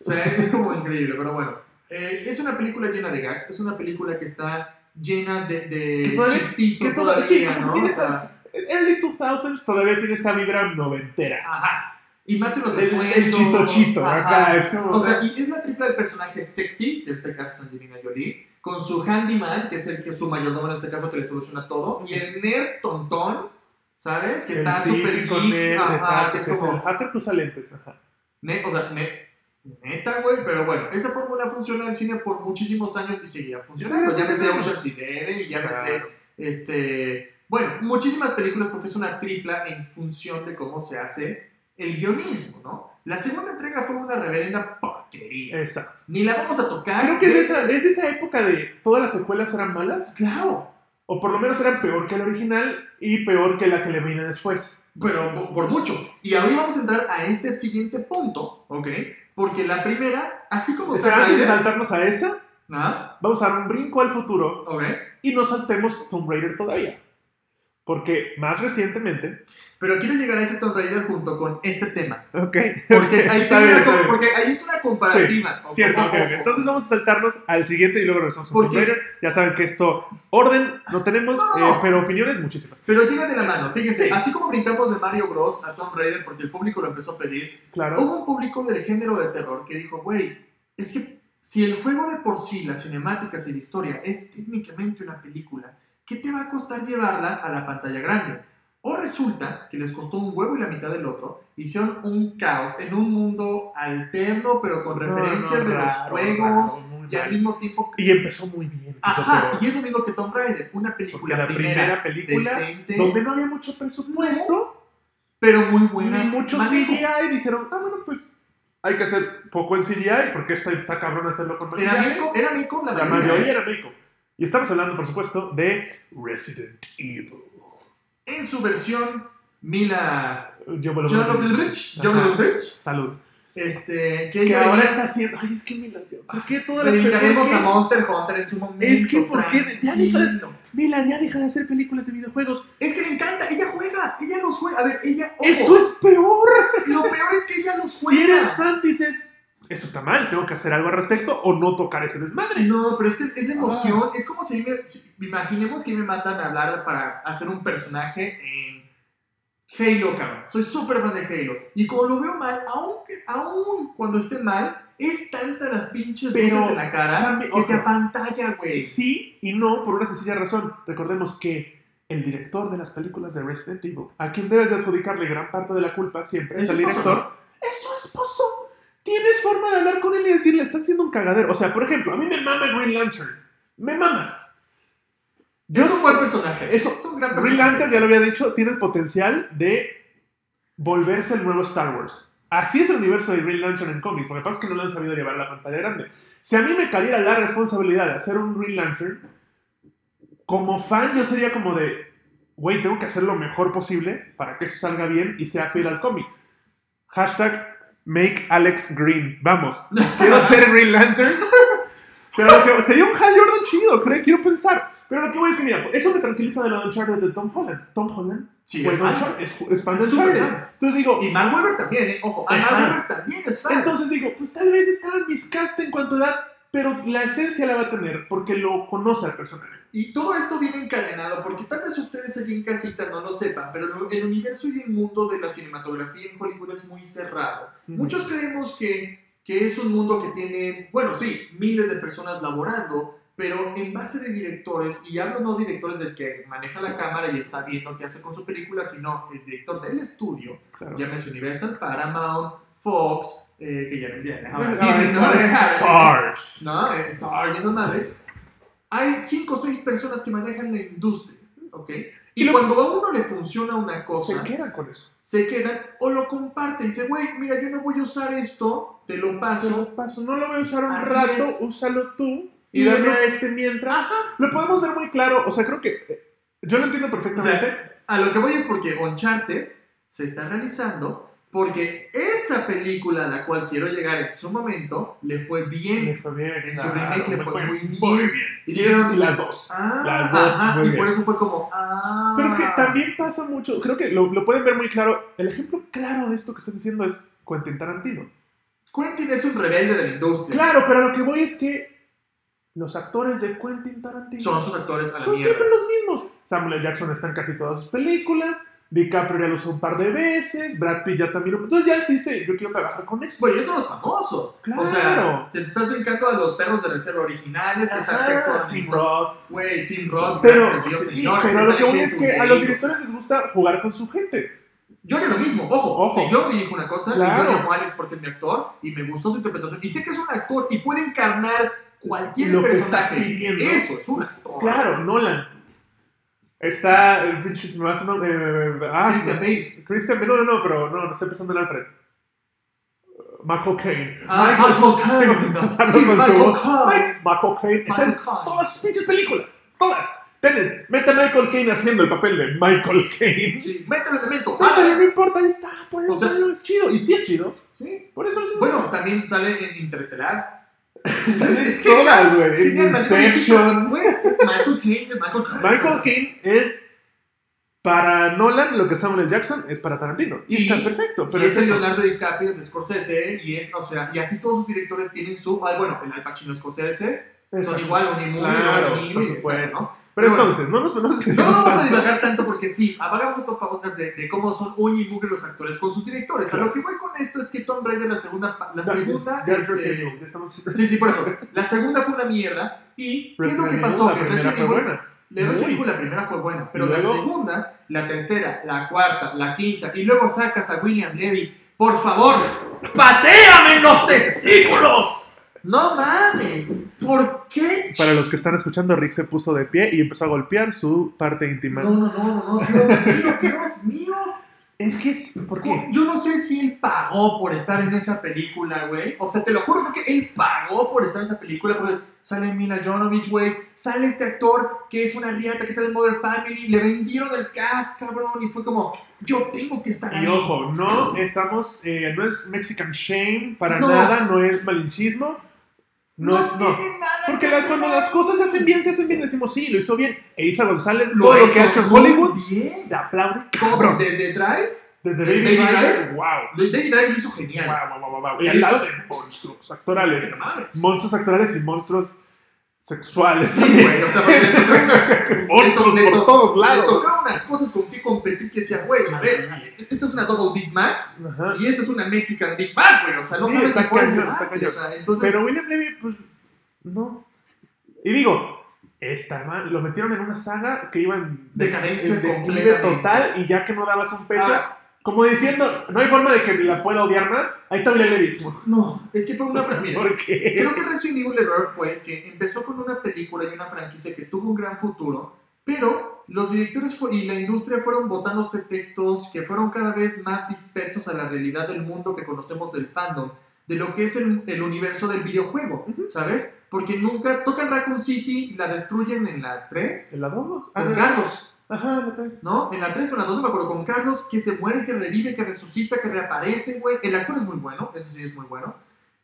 Speaker 2: O sea, es como increíble, pero bueno. Eh, es una película llena de gags, es una película que está llena de, de
Speaker 1: Que todavía-
Speaker 2: chistitos
Speaker 1: que todavía- sí,
Speaker 2: todavía,
Speaker 1: como
Speaker 2: ¿no?
Speaker 1: que
Speaker 2: O
Speaker 1: tiene
Speaker 2: sea,
Speaker 1: Early 2000s todavía tiene esa vibra noventera.
Speaker 2: ajá. Y más en los
Speaker 1: El, el
Speaker 2: encuentros,
Speaker 1: chito chito,
Speaker 2: ajá.
Speaker 1: acá. Es como,
Speaker 2: O sea, y es la tripla del personaje sexy, que en este caso es Angelina Jolie, con su handyman, que es el que es su mayordomo en este caso que le soluciona todo, y el nerd tontón, ¿sabes? Que está súper
Speaker 1: con
Speaker 2: geek,
Speaker 1: él,
Speaker 2: ajá,
Speaker 1: exacto,
Speaker 2: que es
Speaker 1: que es el
Speaker 2: como,
Speaker 1: hacker cruza lentes, ajá.
Speaker 2: ne- o sea, ne- neta, güey, pero bueno, esa fórmula funcionó en el cine por muchísimos años y seguía funcionando.
Speaker 1: Sí,
Speaker 2: Ya me sé
Speaker 1: funcionó.
Speaker 2: Ocean's Eleven ¿eh? y ya me sé,
Speaker 1: Claro.
Speaker 2: este, bueno, muchísimas películas porque es una tripla en función de cómo se hace el guionismo, ¿no? La segunda entrega fue una reverenda porquería.
Speaker 1: Exacto.
Speaker 2: Ni la vamos a tocar. ¿eh?
Speaker 1: Creo que es
Speaker 2: Ah, De-
Speaker 1: esa, es esa época de todas las secuelas eran malas,
Speaker 2: Claro.
Speaker 1: o por lo menos eran peor que la original y peor que la que le viene después.
Speaker 2: Pero po- por mucho. Y ahora vamos a entrar a este siguiente punto, ¿ok? Porque la primera, así como
Speaker 1: Espera,
Speaker 2: Tomb
Speaker 1: Pues antes de
Speaker 2: Raider-
Speaker 1: saltarnos a esa,
Speaker 2: Ajá,
Speaker 1: vamos a dar un brinco al futuro
Speaker 2: ok.
Speaker 1: y no saltemos Tomb Raider todavía. Porque más recientemente.
Speaker 2: Pero quiero llegar a ese Tomb Raider junto con este tema.
Speaker 1: Ok.
Speaker 2: Porque ahí,
Speaker 1: Está
Speaker 2: tiene
Speaker 1: bien,
Speaker 2: una
Speaker 1: está
Speaker 2: com-
Speaker 1: bien.
Speaker 2: porque ahí es una comparativa. Ojo,
Speaker 1: Cierto,
Speaker 2: ojo,
Speaker 1: ok, ok.
Speaker 2: ojo.
Speaker 1: entonces vamos a saltarnos al siguiente y luego regresamos con
Speaker 2: ¿Por
Speaker 1: Tomb
Speaker 2: qué?
Speaker 1: Raider. Ya saben que esto, orden, no tenemos,
Speaker 2: No, no,
Speaker 1: eh,
Speaker 2: no.
Speaker 1: pero opiniones muchísimas.
Speaker 2: Pero lleva de la mano, fíjense,
Speaker 1: Sí.
Speaker 2: así como brincamos de Mario Bros a Tomb Raider porque el público lo empezó a pedir,
Speaker 1: Claro,
Speaker 2: hubo un público del género de terror que dijo, güey, es que si el juego de por sí, las cinemáticas y la historia es técnicamente una película, ¿qué te va a costar llevarla a la pantalla grande? O resulta que les costó un huevo y la mitad del otro, hicieron un caos en un mundo alterno, pero con
Speaker 1: No, no,
Speaker 2: referencias de los
Speaker 1: raro,
Speaker 2: juegos,
Speaker 1: raro, muy
Speaker 2: y al
Speaker 1: mal.
Speaker 2: mismo tiempo
Speaker 1: Y empezó muy bien. es lo
Speaker 2: Ajá,
Speaker 1: peor.
Speaker 2: y es lo mismo que Tomb Raider, una
Speaker 1: Porque
Speaker 2: película
Speaker 1: la primera,
Speaker 2: primera,
Speaker 1: película
Speaker 2: decente,
Speaker 1: donde no había mucho presupuesto,
Speaker 2: pero muy buena.
Speaker 1: ni mucho
Speaker 2: manejo.
Speaker 1: CGI, y dijeron, ah, bueno, pues hay que hacer poco en CGI, porque esto está cabrón hacerlo con
Speaker 2: Era
Speaker 1: maquillaje.
Speaker 2: Mico, era Mico la,
Speaker 1: La
Speaker 2: mayoría.
Speaker 1: mayoría era México. Y estamos hablando, por supuesto, de Resident Evil.
Speaker 2: En su versión, Mila
Speaker 1: Yo vuelvo a-
Speaker 2: Jovovich,
Speaker 1: Ajá.
Speaker 2: Jovovich,
Speaker 1: Salud.
Speaker 2: este, que
Speaker 1: Que
Speaker 2: ella
Speaker 1: ahora
Speaker 2: venía-
Speaker 1: está haciendo. Ay, es que Mila, Dios, ¿por qué todas
Speaker 2: le
Speaker 1: las
Speaker 2: dedicaremos a
Speaker 1: películas-
Speaker 2: Monster Hunter en su momento.
Speaker 1: Es que, ¿por qué? Ya dijo de-
Speaker 2: tranquilo.
Speaker 1: Mila, ya deja de hacer películas de videojuegos.
Speaker 2: Es que le encanta, ella juega, ella los juega. A ver, ella, ojo,
Speaker 1: ¡Eso es peor!
Speaker 2: lo peor es que ella los
Speaker 1: Si
Speaker 2: juega.
Speaker 1: eres fan, dices, esto está mal, tengo que hacer algo al respecto o no tocar ese desmadre.
Speaker 2: No, pero es que
Speaker 1: Ah.
Speaker 2: es la emoción. Es como si me, si- imaginemos que me mandan a hablar para hacer un personaje en Halo, cabrón. Soy súper fan de Halo. Y como lo veo mal, aunque, aún cuando esté mal, es tanta las pinches
Speaker 1: Pero-
Speaker 2: luces en la cara
Speaker 1: también-
Speaker 2: que te
Speaker 1: ojo.
Speaker 2: apantalla, güey.
Speaker 1: Sí y no por una sencilla razón. Recordemos que el director de las películas de Resident Evil, a quien debes de adjudicarle gran parte de la culpa siempre,
Speaker 2: ¿Es
Speaker 1: es el
Speaker 2: su esposo,
Speaker 1: director. ¡Es su esposo! Tienes forma de hablar con él y decirle, estás haciendo un cagadero. O sea, por ejemplo, a mí me mama Green Lantern. Me mama. Yo
Speaker 2: es un buen personaje.
Speaker 1: eso-
Speaker 2: es un gran
Speaker 1: Green
Speaker 2: personaje.
Speaker 1: Lantern, ya lo había dicho, tiene el potencial de volverse el nuevo Star Wars. Así es el universo de Green Lantern en cómics. Lo que pasa es que no lo han sabido llevar a la pantalla grande. Si a mí me cayera la responsabilidad de hacer un Green Lantern, como fan yo sería como de, güey, tengo que hacer lo mejor posible para que eso salga bien y sea fiel al cómic. Hashtag make Alex Green. Vamos, quiero ser Green Lantern. Pero lo que- sería un Hal Jordan chido, creo, quiero pensar. Pero lo que voy a decir, mira, eso me tranquiliza de lo de Uncharted de Tom Holland. Tom Holland
Speaker 2: Sí,
Speaker 1: pues,
Speaker 2: es fan.
Speaker 1: Uncharted, es, es fan de
Speaker 2: Es súper
Speaker 1: Uncharted.
Speaker 2: fan.
Speaker 1: Entonces digo,
Speaker 2: Y Mark Wahlberg también, ¿eh? Ojo, a
Speaker 1: Ajá.
Speaker 2: Mark Wahlberg también es fan.
Speaker 1: entonces digo, pues tal vez está miscast en cuanto a edad, pero la esencia la va a tener porque lo conoce al personaje.
Speaker 2: Y todo esto viene encadenado, porque tal vez ustedes allí en casita no lo sepan, pero el universo y el mundo de la cinematografía en Hollywood es muy cerrado. Muchos creemos que, que es un mundo que tiene, bueno, sí, miles de personas laborando, pero en base de directores, y hablo no directores del que maneja la cámara y está viendo qué hace con su película, sino el director del estudio,
Speaker 1: Claro.
Speaker 2: llámese Universal, Paramount, Fox, eh, que ya no ya, ahora
Speaker 1: Bueno,
Speaker 2: Disney,
Speaker 1: es-
Speaker 2: se va a
Speaker 1: es
Speaker 2: dejar. ¿eh?
Speaker 1: Stars.
Speaker 2: No, eh, Star y esas madres. Hay 5 o 6 personas que manejan la industria, ¿ok?
Speaker 1: Y
Speaker 2: Y,
Speaker 1: lo-
Speaker 2: cuando a uno le funciona una cosa,
Speaker 1: Se quedan con eso.
Speaker 2: se quedan o lo comparten. Dice, güey, mira, yo no voy a usar esto, te lo
Speaker 1: Te
Speaker 2: paso.
Speaker 1: lo paso, no lo voy a usar un
Speaker 2: Así
Speaker 1: rato,
Speaker 2: es.
Speaker 1: úsalo tú
Speaker 2: Y
Speaker 1: y dame
Speaker 2: luego-
Speaker 1: a este mientras. Lo podemos ver muy claro, o sea, creo que eh, yo lo entiendo perfectamente.
Speaker 2: A lo que voy es porque Uncharted se está realizando porque esa película a la cual quiero llegar en su momento le fue bien.
Speaker 1: Me fue bien.
Speaker 2: En su remake le
Speaker 1: me
Speaker 2: fue muy bien.
Speaker 1: Y,
Speaker 2: Y
Speaker 1: es-
Speaker 2: dijeron-
Speaker 1: y las dos.
Speaker 2: Ah,
Speaker 1: Las dos,
Speaker 2: ajá,
Speaker 1: muy
Speaker 2: y
Speaker 1: bien.
Speaker 2: por eso fue como, ah.
Speaker 1: Pero es que también pasa mucho, creo que lo, lo pueden ver muy claro. El ejemplo claro de esto que estás diciendo es Quentin Tarantino.
Speaker 2: Quentin es un rebelde de la industria.
Speaker 1: Claro, pero a lo que voy es que los actores de Quentin Tarantino
Speaker 2: Son sus actores a la
Speaker 1: son
Speaker 2: mierda.
Speaker 1: siempre los mismos. Samuel L. Jackson está en casi todas sus películas. DiCaprio ya lo usó un par de veces. Brad Pitt ya también lo. Entonces ya él sí dice: Yo quiero trabajar con esto.
Speaker 2: Pues ellos son los famosos.
Speaker 1: Claro.
Speaker 2: O sea, se te estás brincando a los perros de reserva originales que están
Speaker 1: Ajá,
Speaker 2: recordando.
Speaker 1: Tim Roth.
Speaker 2: Güey, Tim Roth,
Speaker 1: Pero,
Speaker 2: gracias Dios,
Speaker 1: sí,
Speaker 2: señor.
Speaker 1: pero
Speaker 2: que
Speaker 1: lo que
Speaker 2: sale
Speaker 1: voy
Speaker 2: bien
Speaker 1: es
Speaker 2: tu
Speaker 1: que a
Speaker 2: dedo.
Speaker 1: los directores les gusta jugar con su gente.
Speaker 2: Yo haría lo mismo, ojo.
Speaker 1: Ojo.
Speaker 2: Si yo dirijo una cosa, y
Speaker 1: Claro.
Speaker 2: yo llamo a Alex porque es mi actor y me gustó su interpretación. Y sé que es un actor y puede encarnar cualquier
Speaker 1: Lo que
Speaker 2: personaje.
Speaker 1: estás pidiendo. Pues,
Speaker 2: Eso, es un actor.
Speaker 1: Claro, Nolan. Está el pinche. se me va su nombre, eh, ah, se me-
Speaker 2: Christian Bale.
Speaker 1: Christian Bale, no, no, no, pero no, no estoy pensando en Alfred. Uh, Michael Caine.
Speaker 2: Ah,
Speaker 1: Michael
Speaker 2: Michael
Speaker 1: Caine,
Speaker 2: Caine.
Speaker 1: pasando
Speaker 2: Sí,
Speaker 1: con su-
Speaker 2: Michael
Speaker 1: Ay,
Speaker 2: Caine.
Speaker 1: Michael Caine está en
Speaker 2: Michael Caine.
Speaker 1: todas sus pinches películas. Todas. Tenet, mete a Michael Caine haciendo el papel de Michael Caine.
Speaker 2: Sí, métele elemento.
Speaker 1: No, pero no importa, ahí está, por
Speaker 2: Ah, O
Speaker 1: eso
Speaker 2: sea-
Speaker 1: no es chido. Y sí es chido.
Speaker 2: Sí.
Speaker 1: Por eso es
Speaker 2: Bueno, también sale en Interestelar.
Speaker 1: es todas, güey.
Speaker 2: Genial, Michael Caine.
Speaker 1: Inception.
Speaker 2: Güey, Michael Caine es Michael Caine.
Speaker 1: Michael Caine es Para Nolan, lo que es Samuel L. Jackson es para Tarantino. Y,
Speaker 2: Y-
Speaker 1: está perfecto. Pero
Speaker 2: y
Speaker 1: es
Speaker 2: ese
Speaker 1: eso.
Speaker 2: Leonardo DiCaprio de Scorsese, y es, o sea, y así todos sus directores tienen su, ah, bueno, el Al Pacino Scorsese,
Speaker 1: Exacto.
Speaker 2: son igual, un Moon,
Speaker 1: Claro,
Speaker 2: Ronin,
Speaker 1: por
Speaker 2: exacto,
Speaker 1: supuesto.
Speaker 2: ¿no?
Speaker 1: Pero
Speaker 2: bueno.
Speaker 1: entonces, no nos, no nos
Speaker 2: No
Speaker 1: desviemos
Speaker 2: vamos a
Speaker 1: tanto.
Speaker 2: divagar tanto porque sí, hagamos otro podcast de, de cómo son uña y mugre los actores con sus directores. A
Speaker 1: Claro.
Speaker 2: lo que voy con esto es que Tom Brady, la segunda, pa- la
Speaker 1: Ya,
Speaker 2: segunda,
Speaker 1: ya es
Speaker 2: este,
Speaker 1: Resident Evil, ya estamos en
Speaker 2: sí, sí, por eso, la segunda fue una mierda. ¿Y qué es
Speaker 1: Resident
Speaker 2: lo que
Speaker 1: Evil,
Speaker 2: pasó?
Speaker 1: La
Speaker 2: Que
Speaker 1: primera
Speaker 2: Resident
Speaker 1: fue
Speaker 2: Evil-
Speaker 1: buena.
Speaker 2: de Resident
Speaker 1: Muy.
Speaker 2: Evil la primera fue buena, pero
Speaker 1: Y
Speaker 2: la
Speaker 1: luego-
Speaker 2: segunda, la tercera, la cuarta, la quinta, y luego sacas a William Levy, por favor, ¡pateame en los testículos! No mames, ¿por qué?
Speaker 1: Para los que están escuchando, Rick se puso de pie y empezó a golpear su parte íntima.
Speaker 2: No, no, no, no, no, Dios mío, Dios mío.
Speaker 1: Es que es. ¿Por qué?
Speaker 2: Yo no sé si él pagó por estar en esa película, güey. O sea, te lo juro porque él pagó por estar en esa película. Porque sale Mila Jovovich, güey. Sale este actor que es una riata que sale en Mother Family. Le vendieron el cast, cabrón. Y fue como, yo tengo que estar
Speaker 1: Y
Speaker 2: ahí.
Speaker 1: ojo, no estamos. eh, no es Mexican Shame para
Speaker 2: No.
Speaker 1: nada, no es malinchismo. No,
Speaker 2: no,
Speaker 1: es- no.
Speaker 2: tiene nada
Speaker 1: Porque
Speaker 2: que
Speaker 1: las,
Speaker 2: hacer.
Speaker 1: cuando las cosas se hacen bien, se hacen bien. Decimos, sí, lo hizo bien. E Isa González,
Speaker 2: Lo
Speaker 1: todo lo que ha hecho en
Speaker 2: muy
Speaker 1: Hollywood,
Speaker 2: bien.
Speaker 1: se aplaude.
Speaker 2: Todo desde Drive.
Speaker 1: Desde
Speaker 2: Baby
Speaker 1: Baby,
Speaker 2: Driver.
Speaker 1: Driver, wow.
Speaker 2: David Drive lo hizo genial.
Speaker 1: Wow, wow, wow, wow. Y al lado de monstruos actorales.
Speaker 2: No mames.
Speaker 1: Monstruos actorales y monstruos sexuales
Speaker 2: Sí,
Speaker 1: también.
Speaker 2: güey, o sea, porque le tocaron unas-
Speaker 1: Monstruos
Speaker 2: le to-
Speaker 1: por todos
Speaker 2: le
Speaker 1: lados.
Speaker 2: tocaron unas cosas con que competir que decía, güey, a ver, esto es una Double Big Mac
Speaker 1: Ajá.
Speaker 2: y esto es una Mexican Big Mac, güey, o sea, no
Speaker 1: Ah. Sí,
Speaker 2: sabes
Speaker 1: está
Speaker 2: ni cuál
Speaker 1: cañón,
Speaker 2: llevar,
Speaker 1: está
Speaker 2: güey,
Speaker 1: cañón.
Speaker 2: o sea, entonces,
Speaker 1: Pero William Levy, pues, no. Y digo, está mal. Lo metieron en una saga que iba en
Speaker 2: Decadencia
Speaker 1: en declive
Speaker 2: completamente.
Speaker 1: total y ya que no dabas un peso.
Speaker 2: Ahora,
Speaker 1: como diciendo, no hay forma de que la pueda odiar más. Ahí está William Levy. es como,
Speaker 2: no, es que fue una mira,
Speaker 1: ¿Por qué?
Speaker 2: Creo que Resident Evil el error fue que empezó con una película y una franquicia que tuvo un gran futuro, pero los directores fu- y la industria fueron botándose textos que fueron cada vez más dispersos a la realidad del mundo que conocemos del fandom, de lo que es el, el universo del videojuego,
Speaker 1: Ujú.
Speaker 2: ¿sabes? Porque nunca tocan Raccoon City, la destruyen en la 3
Speaker 1: ¿El adobo? Ah,
Speaker 2: con
Speaker 1: no.
Speaker 2: Carlos,
Speaker 1: Ajá, la tres.
Speaker 2: ¿no? En la 3 o la 2, no me acuerdo, con Carlos, que se muere, que revive, que resucita, que reaparece, güey. El actor es muy bueno, eso sí es muy bueno.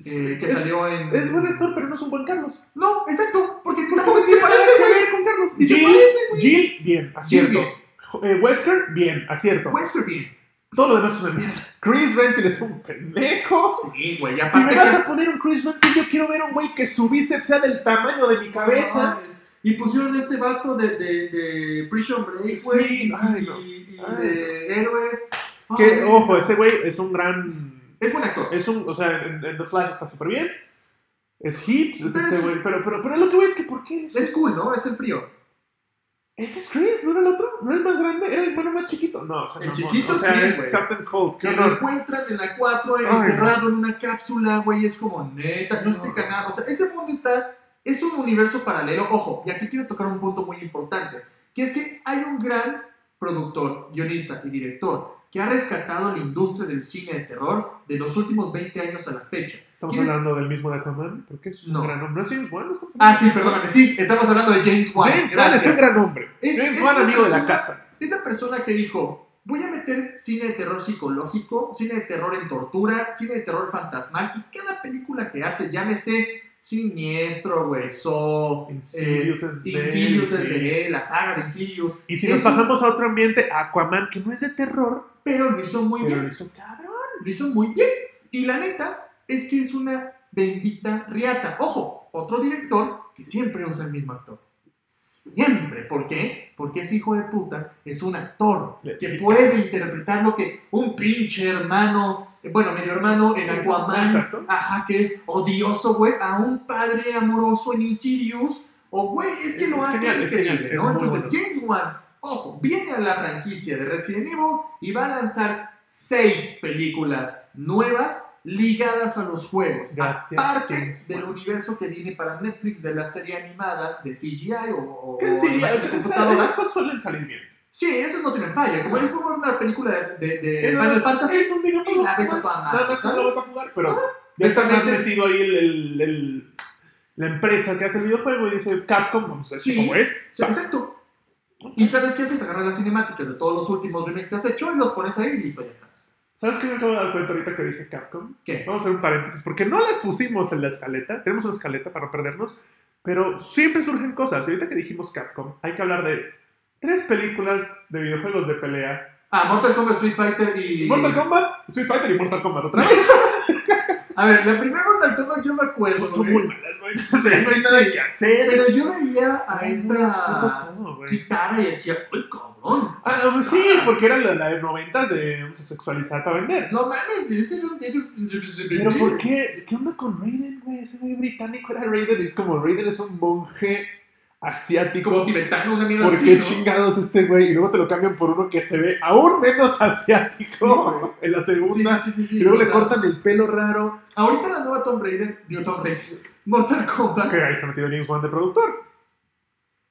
Speaker 2: eh, que
Speaker 1: es,
Speaker 2: salió en...
Speaker 1: es buen actor, pero no es un buen Carlos.
Speaker 2: No, exacto, porque
Speaker 1: Porque
Speaker 2: tú tampoco
Speaker 1: no
Speaker 2: se
Speaker 1: tiene nada
Speaker 2: parece,
Speaker 1: que
Speaker 2: güey.
Speaker 1: ver con Carlos.
Speaker 2: Ni se
Speaker 1: Jill-
Speaker 2: parece, güey.
Speaker 1: Jill, bien, acierto.
Speaker 2: bien.
Speaker 1: Eh, Wesker, bien, acierto.
Speaker 2: Wesker bien.
Speaker 1: Todo lo demás es una mierda. Chris Renfield es un pendejo.
Speaker 2: Sí, güey, y
Speaker 1: Si
Speaker 2: aparte
Speaker 1: me vas
Speaker 2: que-
Speaker 1: a poner un Chris Renfield, yo quiero ver a un güey que su bíceps sea del tamaño de mi cabeza.
Speaker 2: No, y pusieron este vato de, de, de Prison Break, güey,
Speaker 1: Sí,
Speaker 2: y,
Speaker 1: ay, no.
Speaker 2: y- y
Speaker 1: Ay,
Speaker 2: de Héroes. Ay,
Speaker 1: Que, ojo, ese güey es un gran...
Speaker 2: Es buen actor.
Speaker 1: Es un... O sea, en, en The Flash está súper bien. Es hit, es
Speaker 2: Pero
Speaker 1: este
Speaker 2: es-
Speaker 1: güey. Pero, pero, pero lo que voy es que, ¿por qué? Es-
Speaker 2: Es cool, ¿no? Es el frío.
Speaker 1: Ese es Chris, ¿no era el otro? ¿No era el más grande? ¿Era el bueno más chiquito? No, o sea,
Speaker 2: El
Speaker 1: no,
Speaker 2: chiquito
Speaker 1: no, o sea,
Speaker 2: es Chris,
Speaker 1: es
Speaker 2: güey.
Speaker 1: Captain Cold. Qué
Speaker 2: Que lo
Speaker 1: honor.
Speaker 2: encuentran en la 4
Speaker 1: Ay,
Speaker 2: encerrado en una cápsula, güey, es como neta, no
Speaker 1: No.
Speaker 2: explica nada. O sea, ese mundo está, es un universo paralelo. Ojo, y aquí quiero tocar un punto muy importante, que es que hay un gran productor, guionista y director que ha rescatado la industria del cine de terror de los últimos 20 años a la fecha.
Speaker 1: Estamos
Speaker 2: ¿Quién es?
Speaker 1: hablando del mismo de Aquaman, porque es un
Speaker 2: No.
Speaker 1: gran hombre. ¿No es James Wan? ¿No estamos
Speaker 2: Ah,
Speaker 1: hablando?
Speaker 2: sí, perdóname, sí, estamos hablando de James Wan.
Speaker 1: James Wan
Speaker 2: gracias.
Speaker 1: es un gran hombre.
Speaker 2: Es-
Speaker 1: James
Speaker 2: es
Speaker 1: Wan,
Speaker 2: una
Speaker 1: amigo de la
Speaker 2: persona-
Speaker 1: casa.
Speaker 2: Es la persona que dijo, voy a meter cine de terror psicológico, cine de terror en tortura, cine de terror fantasmal, y cada película que hace, llámese Siniestro, güey, Saw,
Speaker 1: Insidious es de él,
Speaker 2: Insidious Eh, es
Speaker 1: sí.
Speaker 2: de él, la saga de Insidious,
Speaker 1: Y si
Speaker 2: Es
Speaker 1: nos
Speaker 2: un-
Speaker 1: pasamos a otro ambiente, Aquaman, que no es de terror,
Speaker 2: pero lo hizo muy
Speaker 1: pero
Speaker 2: bien,
Speaker 1: lo hizo cabrón.
Speaker 2: lo hizo muy bien. Y la neta es que es una bendita riata. Ojo, otro director que siempre usa el mismo actor. Siempre. ¿Por qué? Porque ese hijo de puta es un actor
Speaker 1: Le-
Speaker 2: que
Speaker 1: sí.
Speaker 2: puede interpretar lo que un pinche hermano, eh, bueno, medio hermano en Aquaman,
Speaker 1: Exacto.
Speaker 2: ajá, que es odioso, güey, a un padre amoroso en Insidious, o güey, es que
Speaker 1: Es-
Speaker 2: lo
Speaker 1: es
Speaker 2: hace
Speaker 1: genial, es
Speaker 2: increíble,
Speaker 1: genial, es
Speaker 2: ¿no?
Speaker 1: muy
Speaker 2: Entonces, James Wan, ojo, viene a la franquicia de Resident Evil y va a lanzar seis películas nuevas ligadas a los juegos.
Speaker 1: Gracias,
Speaker 2: Aparte
Speaker 1: James
Speaker 2: del
Speaker 1: Wan.
Speaker 2: universo que viene para Netflix de la serie animada de CGI o, o
Speaker 1: Que sí,
Speaker 2: animación
Speaker 1: o sea,
Speaker 2: computadora.
Speaker 1: esas cosas suelen salir bien.
Speaker 2: Sí, esos no tienen falla. Como es como una película de, de- de
Speaker 1: Es
Speaker 2: Final
Speaker 1: más,
Speaker 2: Fantasy.
Speaker 1: Es un videojuego.
Speaker 2: y la ves a
Speaker 1: más,
Speaker 2: toda madre,
Speaker 1: Nada más que no lo
Speaker 2: ¿sabes?
Speaker 1: vas a jugar, pero
Speaker 2: Ajá.
Speaker 1: ya está más
Speaker 2: Exactamente.
Speaker 1: metido ahí el, el- el- la empresa que hace el videojuego y dice Capcom, vamos a
Speaker 2: Sí.
Speaker 1: decir cómo es.
Speaker 2: Sí, exacto. Y sabes qué haces? Agarras las cinemáticas de todos los últimos remakes que has hecho y los pones ahí y listo, ya estás.
Speaker 1: ¿Sabes qué me acabo de dar cuenta ahorita que dije Capcom?
Speaker 2: ¿Qué?
Speaker 1: Vamos a hacer un paréntesis, porque no las pusimos en la escaleta. Tenemos una escaleta para no perdernos, pero siempre surgen cosas. Y ahorita que dijimos Capcom, hay que hablar de tres películas de videojuegos de pelea.
Speaker 2: Ah, Mortal Kombat, Street Fighter y...
Speaker 1: Mortal Kombat, Street Fighter y Mortal Kombat otra vez.
Speaker 2: A ver, la primera Mortal Kombat yo me acuerdo,
Speaker 1: Son
Speaker 2: güey,
Speaker 1: muy malas, güey. O sea, no hay nada que hacer.
Speaker 2: pero yo veía a
Speaker 1: Ay,
Speaker 2: esta
Speaker 1: supo todo, güey.
Speaker 2: Kitara y decía, uy, cabrón.
Speaker 1: Ah, pues sí, porque era la, la de noventas de vamos a sexualizar para vender.
Speaker 2: No mames, ese era un... Pero
Speaker 1: Pero ¿por qué? ¿Qué onda con Raiden, güey? Ese güey británico era Raiden. Es como Raiden es un monje asiático.
Speaker 2: Como tibetano, una mierda
Speaker 1: ¿Por
Speaker 2: así,
Speaker 1: qué
Speaker 2: ¿no?
Speaker 1: chingados este güey? Y luego te lo cambian por uno que se ve aún menos
Speaker 2: Sí,
Speaker 1: asiático en la segunda.
Speaker 2: Sí, sí, sí, sí, sí,
Speaker 1: Y luego
Speaker 2: o
Speaker 1: le
Speaker 2: sea,
Speaker 1: cortan el pelo raro.
Speaker 2: Ahorita la nueva Tomb Raider, digo Tomb Raider, Mortal Kombat,
Speaker 1: Que ahí está metido James Wan de productor.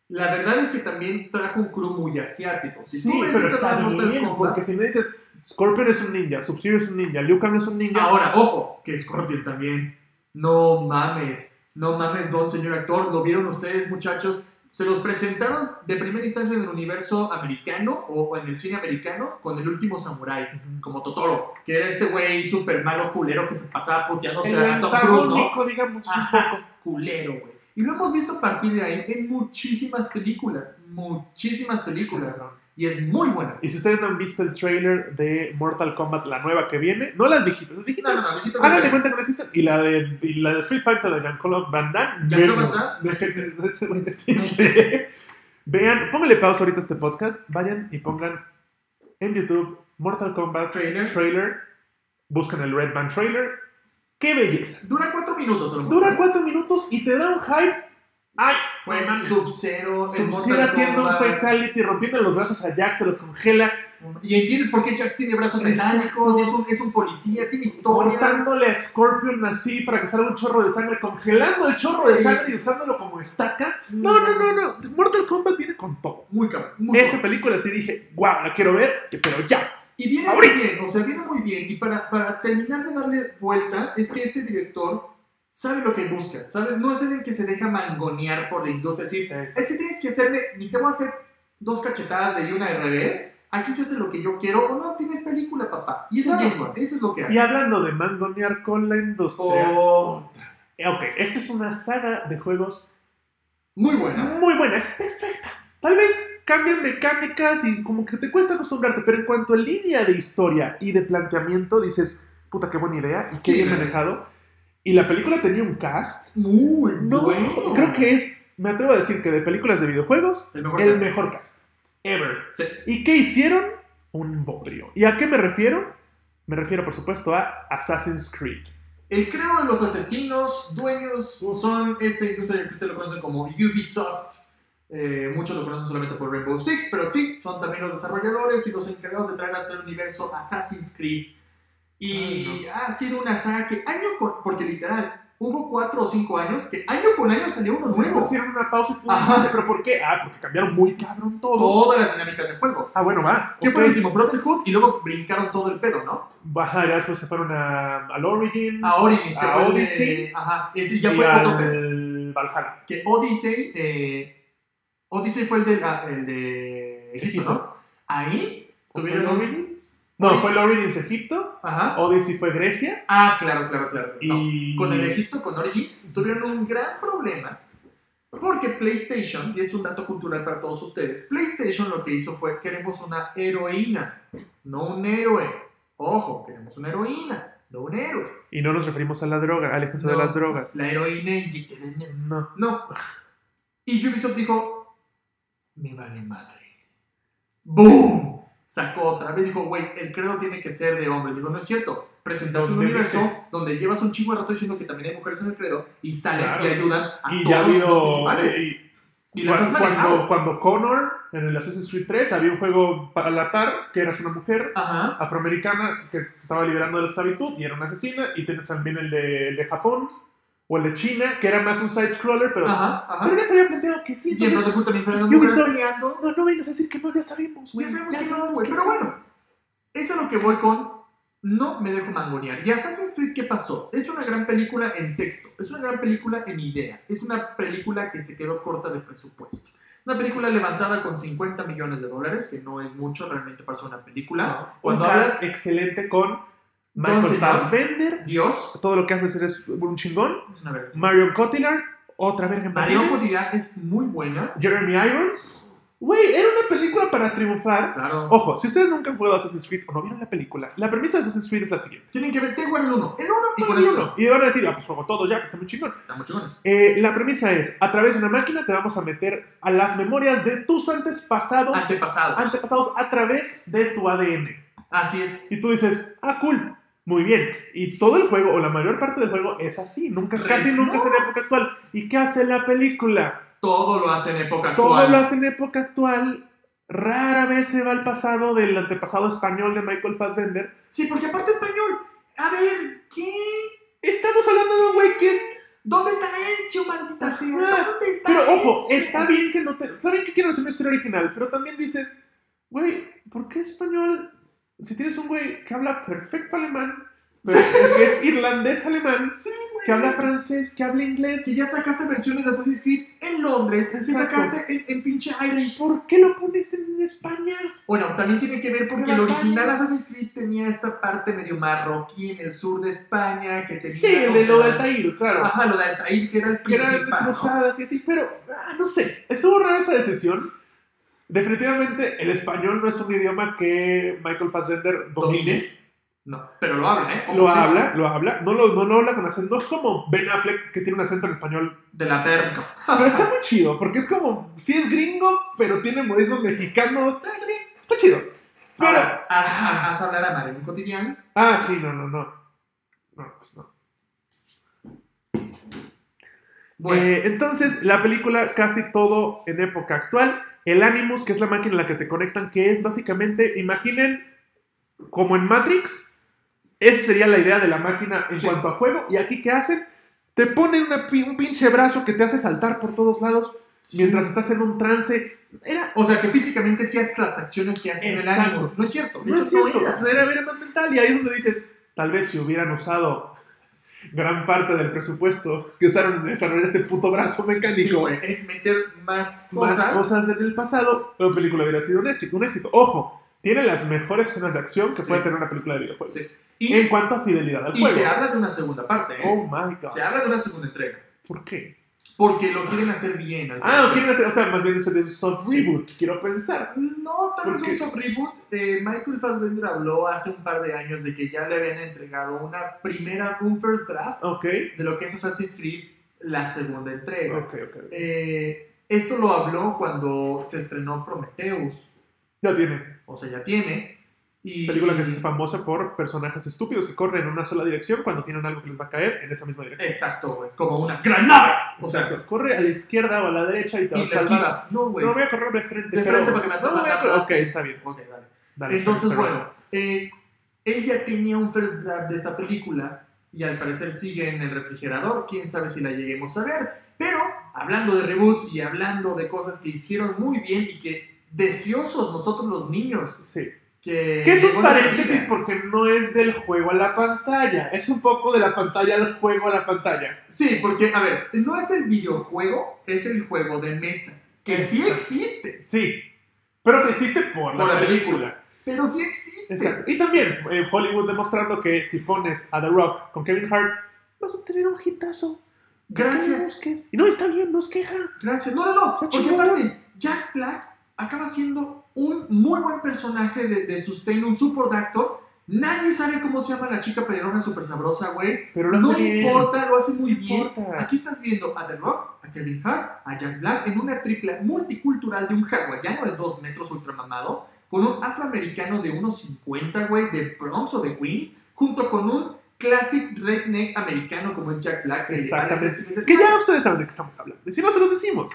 Speaker 2: la verdad es que también trajo un crew muy asiático. Si
Speaker 1: Sí,
Speaker 2: tú ves
Speaker 1: pero
Speaker 2: esta
Speaker 1: está
Speaker 2: nueva Mortal
Speaker 1: bien.
Speaker 2: Kombat-
Speaker 1: Porque si me dices, Scorpion es un ninja, Sub-Zero es un ninja, Liu Kang es un ninja.
Speaker 2: Ahora, ojo, que Scorpion también. No mames, no mames, don señor actor. Lo vieron ustedes, muchachos. Se los presentaron de primera instancia en el universo americano o o en el cine americano con el último samurái, como Totoro, que era este güey súper malo culero que se pasaba puteándose
Speaker 1: el
Speaker 2: a Tom Cruise, ¿no?
Speaker 1: antagónico, digamos.
Speaker 2: Ajá, culero, güey. Y lo hemos visto a partir de ahí en muchísimas películas, muchísimas películas. Y es muy buena.
Speaker 1: Y si ustedes no han visto el trailer de Mortal Kombat, la nueva que viene, no las viejitas, las
Speaker 2: No,
Speaker 1: viejitas.
Speaker 2: no, no, viejito,
Speaker 1: Háganle
Speaker 2: viejito.
Speaker 1: cuenta que no existen. Y la de, y la de Street Fighter de Jean-Claude Van Damme.
Speaker 2: Jean-Claude
Speaker 1: menos.
Speaker 2: Van Damme,
Speaker 1: No existe. Ese güey no existe. Vean, pónganle pausa ahorita a este podcast. Vayan y pongan en YouTube Mortal Kombat
Speaker 2: Trailer.
Speaker 1: trailer. Buscan el Red Band trailer. ¡Qué belleza!
Speaker 2: Dura cuatro minutos. a lo mejor.
Speaker 1: Dura cuatro minutos y te da un hype. ¡Ay!
Speaker 2: Güey,
Speaker 1: mames.
Speaker 2: Sub-Zero, el
Speaker 1: Sub-Zero
Speaker 2: Mortal
Speaker 1: haciendo un
Speaker 2: Kombat.
Speaker 1: fatality, rompiendo los brazos a Jack, se los congela,
Speaker 2: Y entiendes por qué Jax tiene brazos
Speaker 1: Exacto.
Speaker 2: metálicos, es un, es un policía, tiene historia.
Speaker 1: cortándole a Scorpion así para que salga un chorro de sangre, congelando el chorro de sangre y usándolo como estaca. No, no, no, no. Mortal Kombat viene con todo.
Speaker 2: Muy cabrón. muy
Speaker 1: Esa
Speaker 2: cabrón.
Speaker 1: película sí dije, wow, la quiero ver, que- pero ya.
Speaker 2: Y viene
Speaker 1: Ahorita.
Speaker 2: muy bien, o sea, viene muy bien. Y para, para terminar de darle vuelta, es que este director sabe lo que busca, ¿sabes? No es el que se deja mangonear por la industria, decir, es que tienes que hacerme, ni te voy a hacer dos cachetadas de y una de revés, aquí se hace lo que yo quiero, o no tienes película, papá. Y eso es
Speaker 1: Claro.
Speaker 2: Gentleman, eso es lo que
Speaker 1: Y
Speaker 2: hace.
Speaker 1: hablando de mangonear con la industria.
Speaker 2: Oh,
Speaker 1: eh, Ok, esta es una saga de juegos
Speaker 2: muy buena.
Speaker 1: muy buena, es perfecta. Tal vez cambian mecánicas y como que te cuesta acostumbrarte, pero en cuanto a línea de historia y de planteamiento, dices, puta, qué buena idea y qué
Speaker 2: Sí,
Speaker 1: bien
Speaker 2: la-
Speaker 1: manejado. Y la película tenía un cast.
Speaker 2: Muy
Speaker 1: No,
Speaker 2: bueno.
Speaker 1: creo que es, me atrevo a decir que de películas de videojuegos,
Speaker 2: El mejor este.
Speaker 1: el
Speaker 2: cast.
Speaker 1: mejor cast. Ever.
Speaker 2: Sí.
Speaker 1: ¿Y qué hicieron? Un bodrio. ¿Y a qué me refiero? Me refiero, por supuesto, a Assassin's Creed.
Speaker 2: El credo de los asesinos, dueños, son esta industria que ustedes lo conocen como Ubisoft. Eh, muchos lo conocen solamente por Rainbow Six, pero sí, son también los desarrolladores y los encargados de traer hasta el universo Assassin's Creed. Y ha sido una saga que año con... porque literal, hubo cuatro o cinco años que año con año salió uno
Speaker 1: Entonces
Speaker 2: nuevo.
Speaker 1: hicieron una pausa y tú
Speaker 2: Ajá.
Speaker 1: dijiste, ¿pero por qué? Ah, porque cambiaron muy cabrón todo.
Speaker 2: Todas las dinámicas de juego.
Speaker 1: Ah, bueno, va.
Speaker 2: ¿Qué fue el
Speaker 1: ok.
Speaker 2: último? Brotherhood y luego brincaron todo el pedo, ¿no?
Speaker 1: Ajá, ya después se fueron a, al Origins.
Speaker 2: A Origins, que
Speaker 1: a
Speaker 2: fue el de-
Speaker 1: Ah, Odyssey.
Speaker 2: Ajá, ese Ah, ya
Speaker 1: y
Speaker 2: fue otro pedo.
Speaker 1: al Valhalla.
Speaker 2: que Odyssey, eh, Odyssey fue el de, la- el de Egipto, ¿no? Ahí
Speaker 1: ¿O ¿Fue
Speaker 2: tuvieron
Speaker 1: el
Speaker 2: un-
Speaker 1: Origins? No, fue el Origins Egipto.
Speaker 2: Ajá.
Speaker 1: Odyssey fue Grecia.
Speaker 2: Ah, claro, claro, claro. No.
Speaker 1: Y...
Speaker 2: Con el Egipto, con Origins, tuvieron un gran problema porque PlayStation, y es un dato cultural para todos ustedes, PlayStation lo que hizo fue queremos una heroína, no un héroe. Ojo, queremos una heroína, no un héroe.
Speaker 1: Y no nos referimos a la droga, aléjense de
Speaker 2: No,
Speaker 1: las drogas.
Speaker 2: La heroína inyectada en el-
Speaker 1: No.
Speaker 2: No. Y Ubisoft dijo, me vale madre. ¡Boom! Sacó otra vez, dijo, güey, el credo tiene que ser de hombre. Digo, no es cierto. Presentaste un
Speaker 1: Donde
Speaker 2: universo
Speaker 1: dice-
Speaker 2: donde llevas un chingo de rato diciendo que también hay mujeres en el credo y salen
Speaker 1: Claro.
Speaker 2: y ayudan a
Speaker 1: Y
Speaker 2: todos
Speaker 1: ya ha
Speaker 2: los
Speaker 1: habido.
Speaker 2: principales.
Speaker 1: y-
Speaker 2: Y las has
Speaker 1: Cuando- cuando,
Speaker 2: manejado.
Speaker 1: cuando Connor, en el Assassin's Creed 3, había un juego a la par, que eras una mujer
Speaker 2: Ajá.
Speaker 1: afroamericana que se estaba liberando de la esclavitud y era una asesina, y tienes también el de, el de Japón o el de China, que era más un side-scroller, pero,
Speaker 2: Ajá,
Speaker 1: pero
Speaker 2: ajá.
Speaker 1: ya se había planteado que sí.
Speaker 2: Y en
Speaker 1: entonces,
Speaker 2: Brotherhood también salieron
Speaker 1: Ubisoft-
Speaker 2: mujeres peleando.
Speaker 1: no, no vengas a decir que no, ya sabemos, güey.
Speaker 2: Ya sabemos que no,
Speaker 1: sabemos
Speaker 2: güey,
Speaker 1: que
Speaker 2: Pero
Speaker 1: sí.
Speaker 2: bueno, es a lo que voy con. No me dejo mangonear. ¿Y Assassin's Creed qué pasó? Es una gran película en texto, es una gran película en idea, es una película que se quedó corta de presupuesto. Una película levantada con 50 millones de dólares, que no es mucho realmente para ser una película. Cuando
Speaker 1: un
Speaker 2: hablas-
Speaker 1: cast excelente con Michael
Speaker 2: Don Señor.
Speaker 1: Fassbender,
Speaker 2: Dios,
Speaker 1: todo lo que hace ser es un chingón.
Speaker 2: es una verga.
Speaker 1: Marion Cotillard, otra verga en
Speaker 2: Marion
Speaker 1: papeles.
Speaker 2: Cotillard es muy buena.
Speaker 1: Jeremy Irons, Güey, era una película para triunfar.
Speaker 2: Claro.
Speaker 1: Ojo, si ustedes nunca han jugado a Assassin's Creed o no vieron la película, la premisa de Assassin's Creed es la siguiente.
Speaker 2: Tienen que ver, tengo el 1. El 1 y con
Speaker 1: Bueno,
Speaker 2: eso.
Speaker 1: uno, Y van a decir, ah, pues juego todo ya, que está muy chingón.
Speaker 2: Están muy chingones.
Speaker 1: Eh, la premisa es, a través de una máquina te vamos a meter a las memorias de tus antepasados,
Speaker 2: Antepasados.
Speaker 1: antepasados a través de tu ADN.
Speaker 2: Así es.
Speaker 1: Y tú dices, ah, cool, muy bien. Y todo el juego, o la mayor parte del juego, es así. Nunca,
Speaker 2: Re-
Speaker 1: casi nunca
Speaker 2: no.
Speaker 1: es en época actual. ¿Y qué hace la película?
Speaker 2: Todo lo hace en época actual.
Speaker 1: Todo lo hace en época actual. Rara vez se va al pasado del antepasado español de Michael Fassbender.
Speaker 2: Sí, porque aparte español. A ver, ¿qué?
Speaker 1: Estamos hablando de un güey que es...
Speaker 2: ¿Dónde está Encio, maldita sea?
Speaker 1: Ajá.
Speaker 2: ¿Dónde está
Speaker 1: Pero ojo,
Speaker 2: Ezio?
Speaker 1: está bien que no te... Está bien que quieran hacer una historia original, pero también dices, güey, ¿por qué español? Si tienes un güey que habla perfecto alemán, pero que es irlandés-alemán,
Speaker 2: Sí, güey.
Speaker 1: que habla francés, que habla inglés,
Speaker 2: Si ya sacaste versiones de Assassin's Creed en Londres, si
Speaker 1: Exacto.
Speaker 2: sacaste en, en pinche Irish.
Speaker 1: ¿Por qué lo pones en España?
Speaker 2: Bueno, también tiene que ver porque el
Speaker 1: Pero
Speaker 2: original
Speaker 1: vale.
Speaker 2: Assassin's Creed tenía esta parte medio marroquí en el sur de España que tenía.
Speaker 1: Sí, el
Speaker 2: o
Speaker 1: de
Speaker 2: sea,
Speaker 1: lo de Altair, claro.
Speaker 2: Ajá, lo de Altair, que era el
Speaker 1: que eran
Speaker 2: principal. ¿no?
Speaker 1: cruzadas y así, pero ah, no sé. Estuvo rara esa decisión. Definitivamente el español no es un idioma que Michael Fassbender domine.
Speaker 2: No, pero lo habla, ¿eh? Ojo,
Speaker 1: Lo
Speaker 2: sí.
Speaker 1: habla, lo habla. No lo, no lo habla con acento. No es como Ben Affleck que tiene un acento en español.
Speaker 2: De la perca.
Speaker 1: Pero está muy chido porque es como, sí es gringo, pero tiene modismos mexicanos. Está chido. Pero,
Speaker 2: Ahora, haz, haz- haz hablar a Marion Cotidian.
Speaker 1: Ah, sí, no, no, no. No, pues no.
Speaker 2: Bueno,
Speaker 1: Eh, entonces, la película casi todo en época actual. El Animus, que es la máquina en la que te conectan, que es básicamente, imaginen, como en Matrix, esa sería la idea de la máquina en
Speaker 2: Sí.
Speaker 1: cuanto a juego. ¿Y aquí qué hacen? Te ponen una pi- un pinche brazo que te hace saltar por todos lados mientras estás en un trance. Era,
Speaker 2: o sea, que físicamente sí haces las acciones que haces en el
Speaker 1: Exacto.
Speaker 2: ánimo. No es cierto.
Speaker 1: no
Speaker 2: eso
Speaker 1: es cierto,
Speaker 2: era.
Speaker 1: era, era más mental. Y ahí es donde dices, tal vez si hubieran usado gran parte del presupuesto que usaron en desarrollar este puto brazo
Speaker 2: Sí,
Speaker 1: mecánico.
Speaker 2: güey, es meter más
Speaker 1: más
Speaker 2: cosas.
Speaker 1: cosas en el pasado, la película hubiera sido un éxito. Un éxito. Ojo, tiene las mejores escenas de acción que
Speaker 2: Sí.
Speaker 1: puede tener una película de videojuegos.
Speaker 2: Sí. Y,
Speaker 1: En cuanto a fidelidad al
Speaker 2: y se
Speaker 1: juego.
Speaker 2: habla de una segunda parte, ¿eh?
Speaker 1: Oh my god.
Speaker 2: se habla de una segunda entrega.
Speaker 1: ¿Por qué?
Speaker 2: Porque lo quieren hacer bien. al
Speaker 1: Ah,
Speaker 2: parecer.
Speaker 1: quieren hacer, o sea, más bien eso de un soft
Speaker 2: Sí.
Speaker 1: reboot, quiero pensar.
Speaker 2: No, tal
Speaker 1: ¿Por
Speaker 2: vez
Speaker 1: qué?
Speaker 2: un soft reboot. Eh, Michael Fassbender habló hace un par de años de que ya le habían entregado una primera, un first draft
Speaker 1: Ok,
Speaker 2: de lo que es Assassin's Creed, la segunda entrega.
Speaker 1: ok, ok.
Speaker 2: Eh, esto lo habló cuando se estrenó Prometheus,
Speaker 1: Ya tiene.
Speaker 2: o sea, ya tiene. Y,
Speaker 1: Película que es famosa por personajes estúpidos que corren en una sola dirección cuando tienen algo que les va a caer en esa misma dirección.
Speaker 2: Exacto, güey, como una gran nave. O sea,
Speaker 1: Exacto. Corre a la izquierda o a la derecha y te
Speaker 2: Eh, y
Speaker 1: va
Speaker 2: le
Speaker 1: a salvar.
Speaker 2: esquivas. No, güey.
Speaker 1: No voy a correr de frente.
Speaker 2: De
Speaker 1: pero-
Speaker 2: frente porque me
Speaker 1: no, no voy a
Speaker 2: ataca.
Speaker 1: correr. Ok, está bien.
Speaker 2: Ok, dale.
Speaker 1: Dale,
Speaker 2: Entonces,
Speaker 1: está bien.
Speaker 2: bueno, eh, él ya tenía un first draft de esta película y al parecer sigue en el refrigerador, quién sabe si la lleguemos a ver, pero hablando de reboots y hablando de cosas que hicieron muy bien y que deseosos nosotros los niños,
Speaker 1: Sí.
Speaker 2: que...
Speaker 1: Que es
Speaker 2: llegó
Speaker 1: un
Speaker 2: la
Speaker 1: paréntesis
Speaker 2: vida.
Speaker 1: porque no es del juego a la pantalla, es un poco de la pantalla al juego a la pantalla.
Speaker 2: Sí, porque, a ver, no es el videojuego, es el juego de mesa, que sí
Speaker 1: Exacto.
Speaker 2: existe,
Speaker 1: Sí, pero que existe por,
Speaker 2: Por
Speaker 1: la
Speaker 2: la
Speaker 1: película.
Speaker 2: pero sí existe.
Speaker 1: Exacto. Y también eh, Hollywood demostrando que si pones a The Rock con Kevin Hart, vas a tener un hitazo. No te
Speaker 2: Gracias.
Speaker 1: busques. Y no, está bien, no es queja.
Speaker 2: Gracias. No, no, no.
Speaker 1: Está
Speaker 2: Porque
Speaker 1: chingón.
Speaker 2: aparte, Jack Black acaba siendo un muy buen personaje de, de Sustain, un support actor. Nadie sabe cómo se llama la chica pelirroja súper sabrosa, güey.
Speaker 1: Pero lo hace
Speaker 2: No
Speaker 1: bien.
Speaker 2: importa, lo hace muy
Speaker 1: No
Speaker 2: bien.
Speaker 1: importa.
Speaker 2: Aquí estás viendo a The Rock, a Kevin Hart, a Jack Black en una tripla multicultural de un hawaiano de dos metros ultramamado, con un afroamericano de unos 50, güey, de Bronx o de Queens, junto con un classic redneck americano como es Jack Black. que le vale
Speaker 1: Exactamente.
Speaker 2: tres veces
Speaker 1: Que
Speaker 2: más.
Speaker 1: ya ustedes saben de qué estamos hablando. Y Si no se los decimos,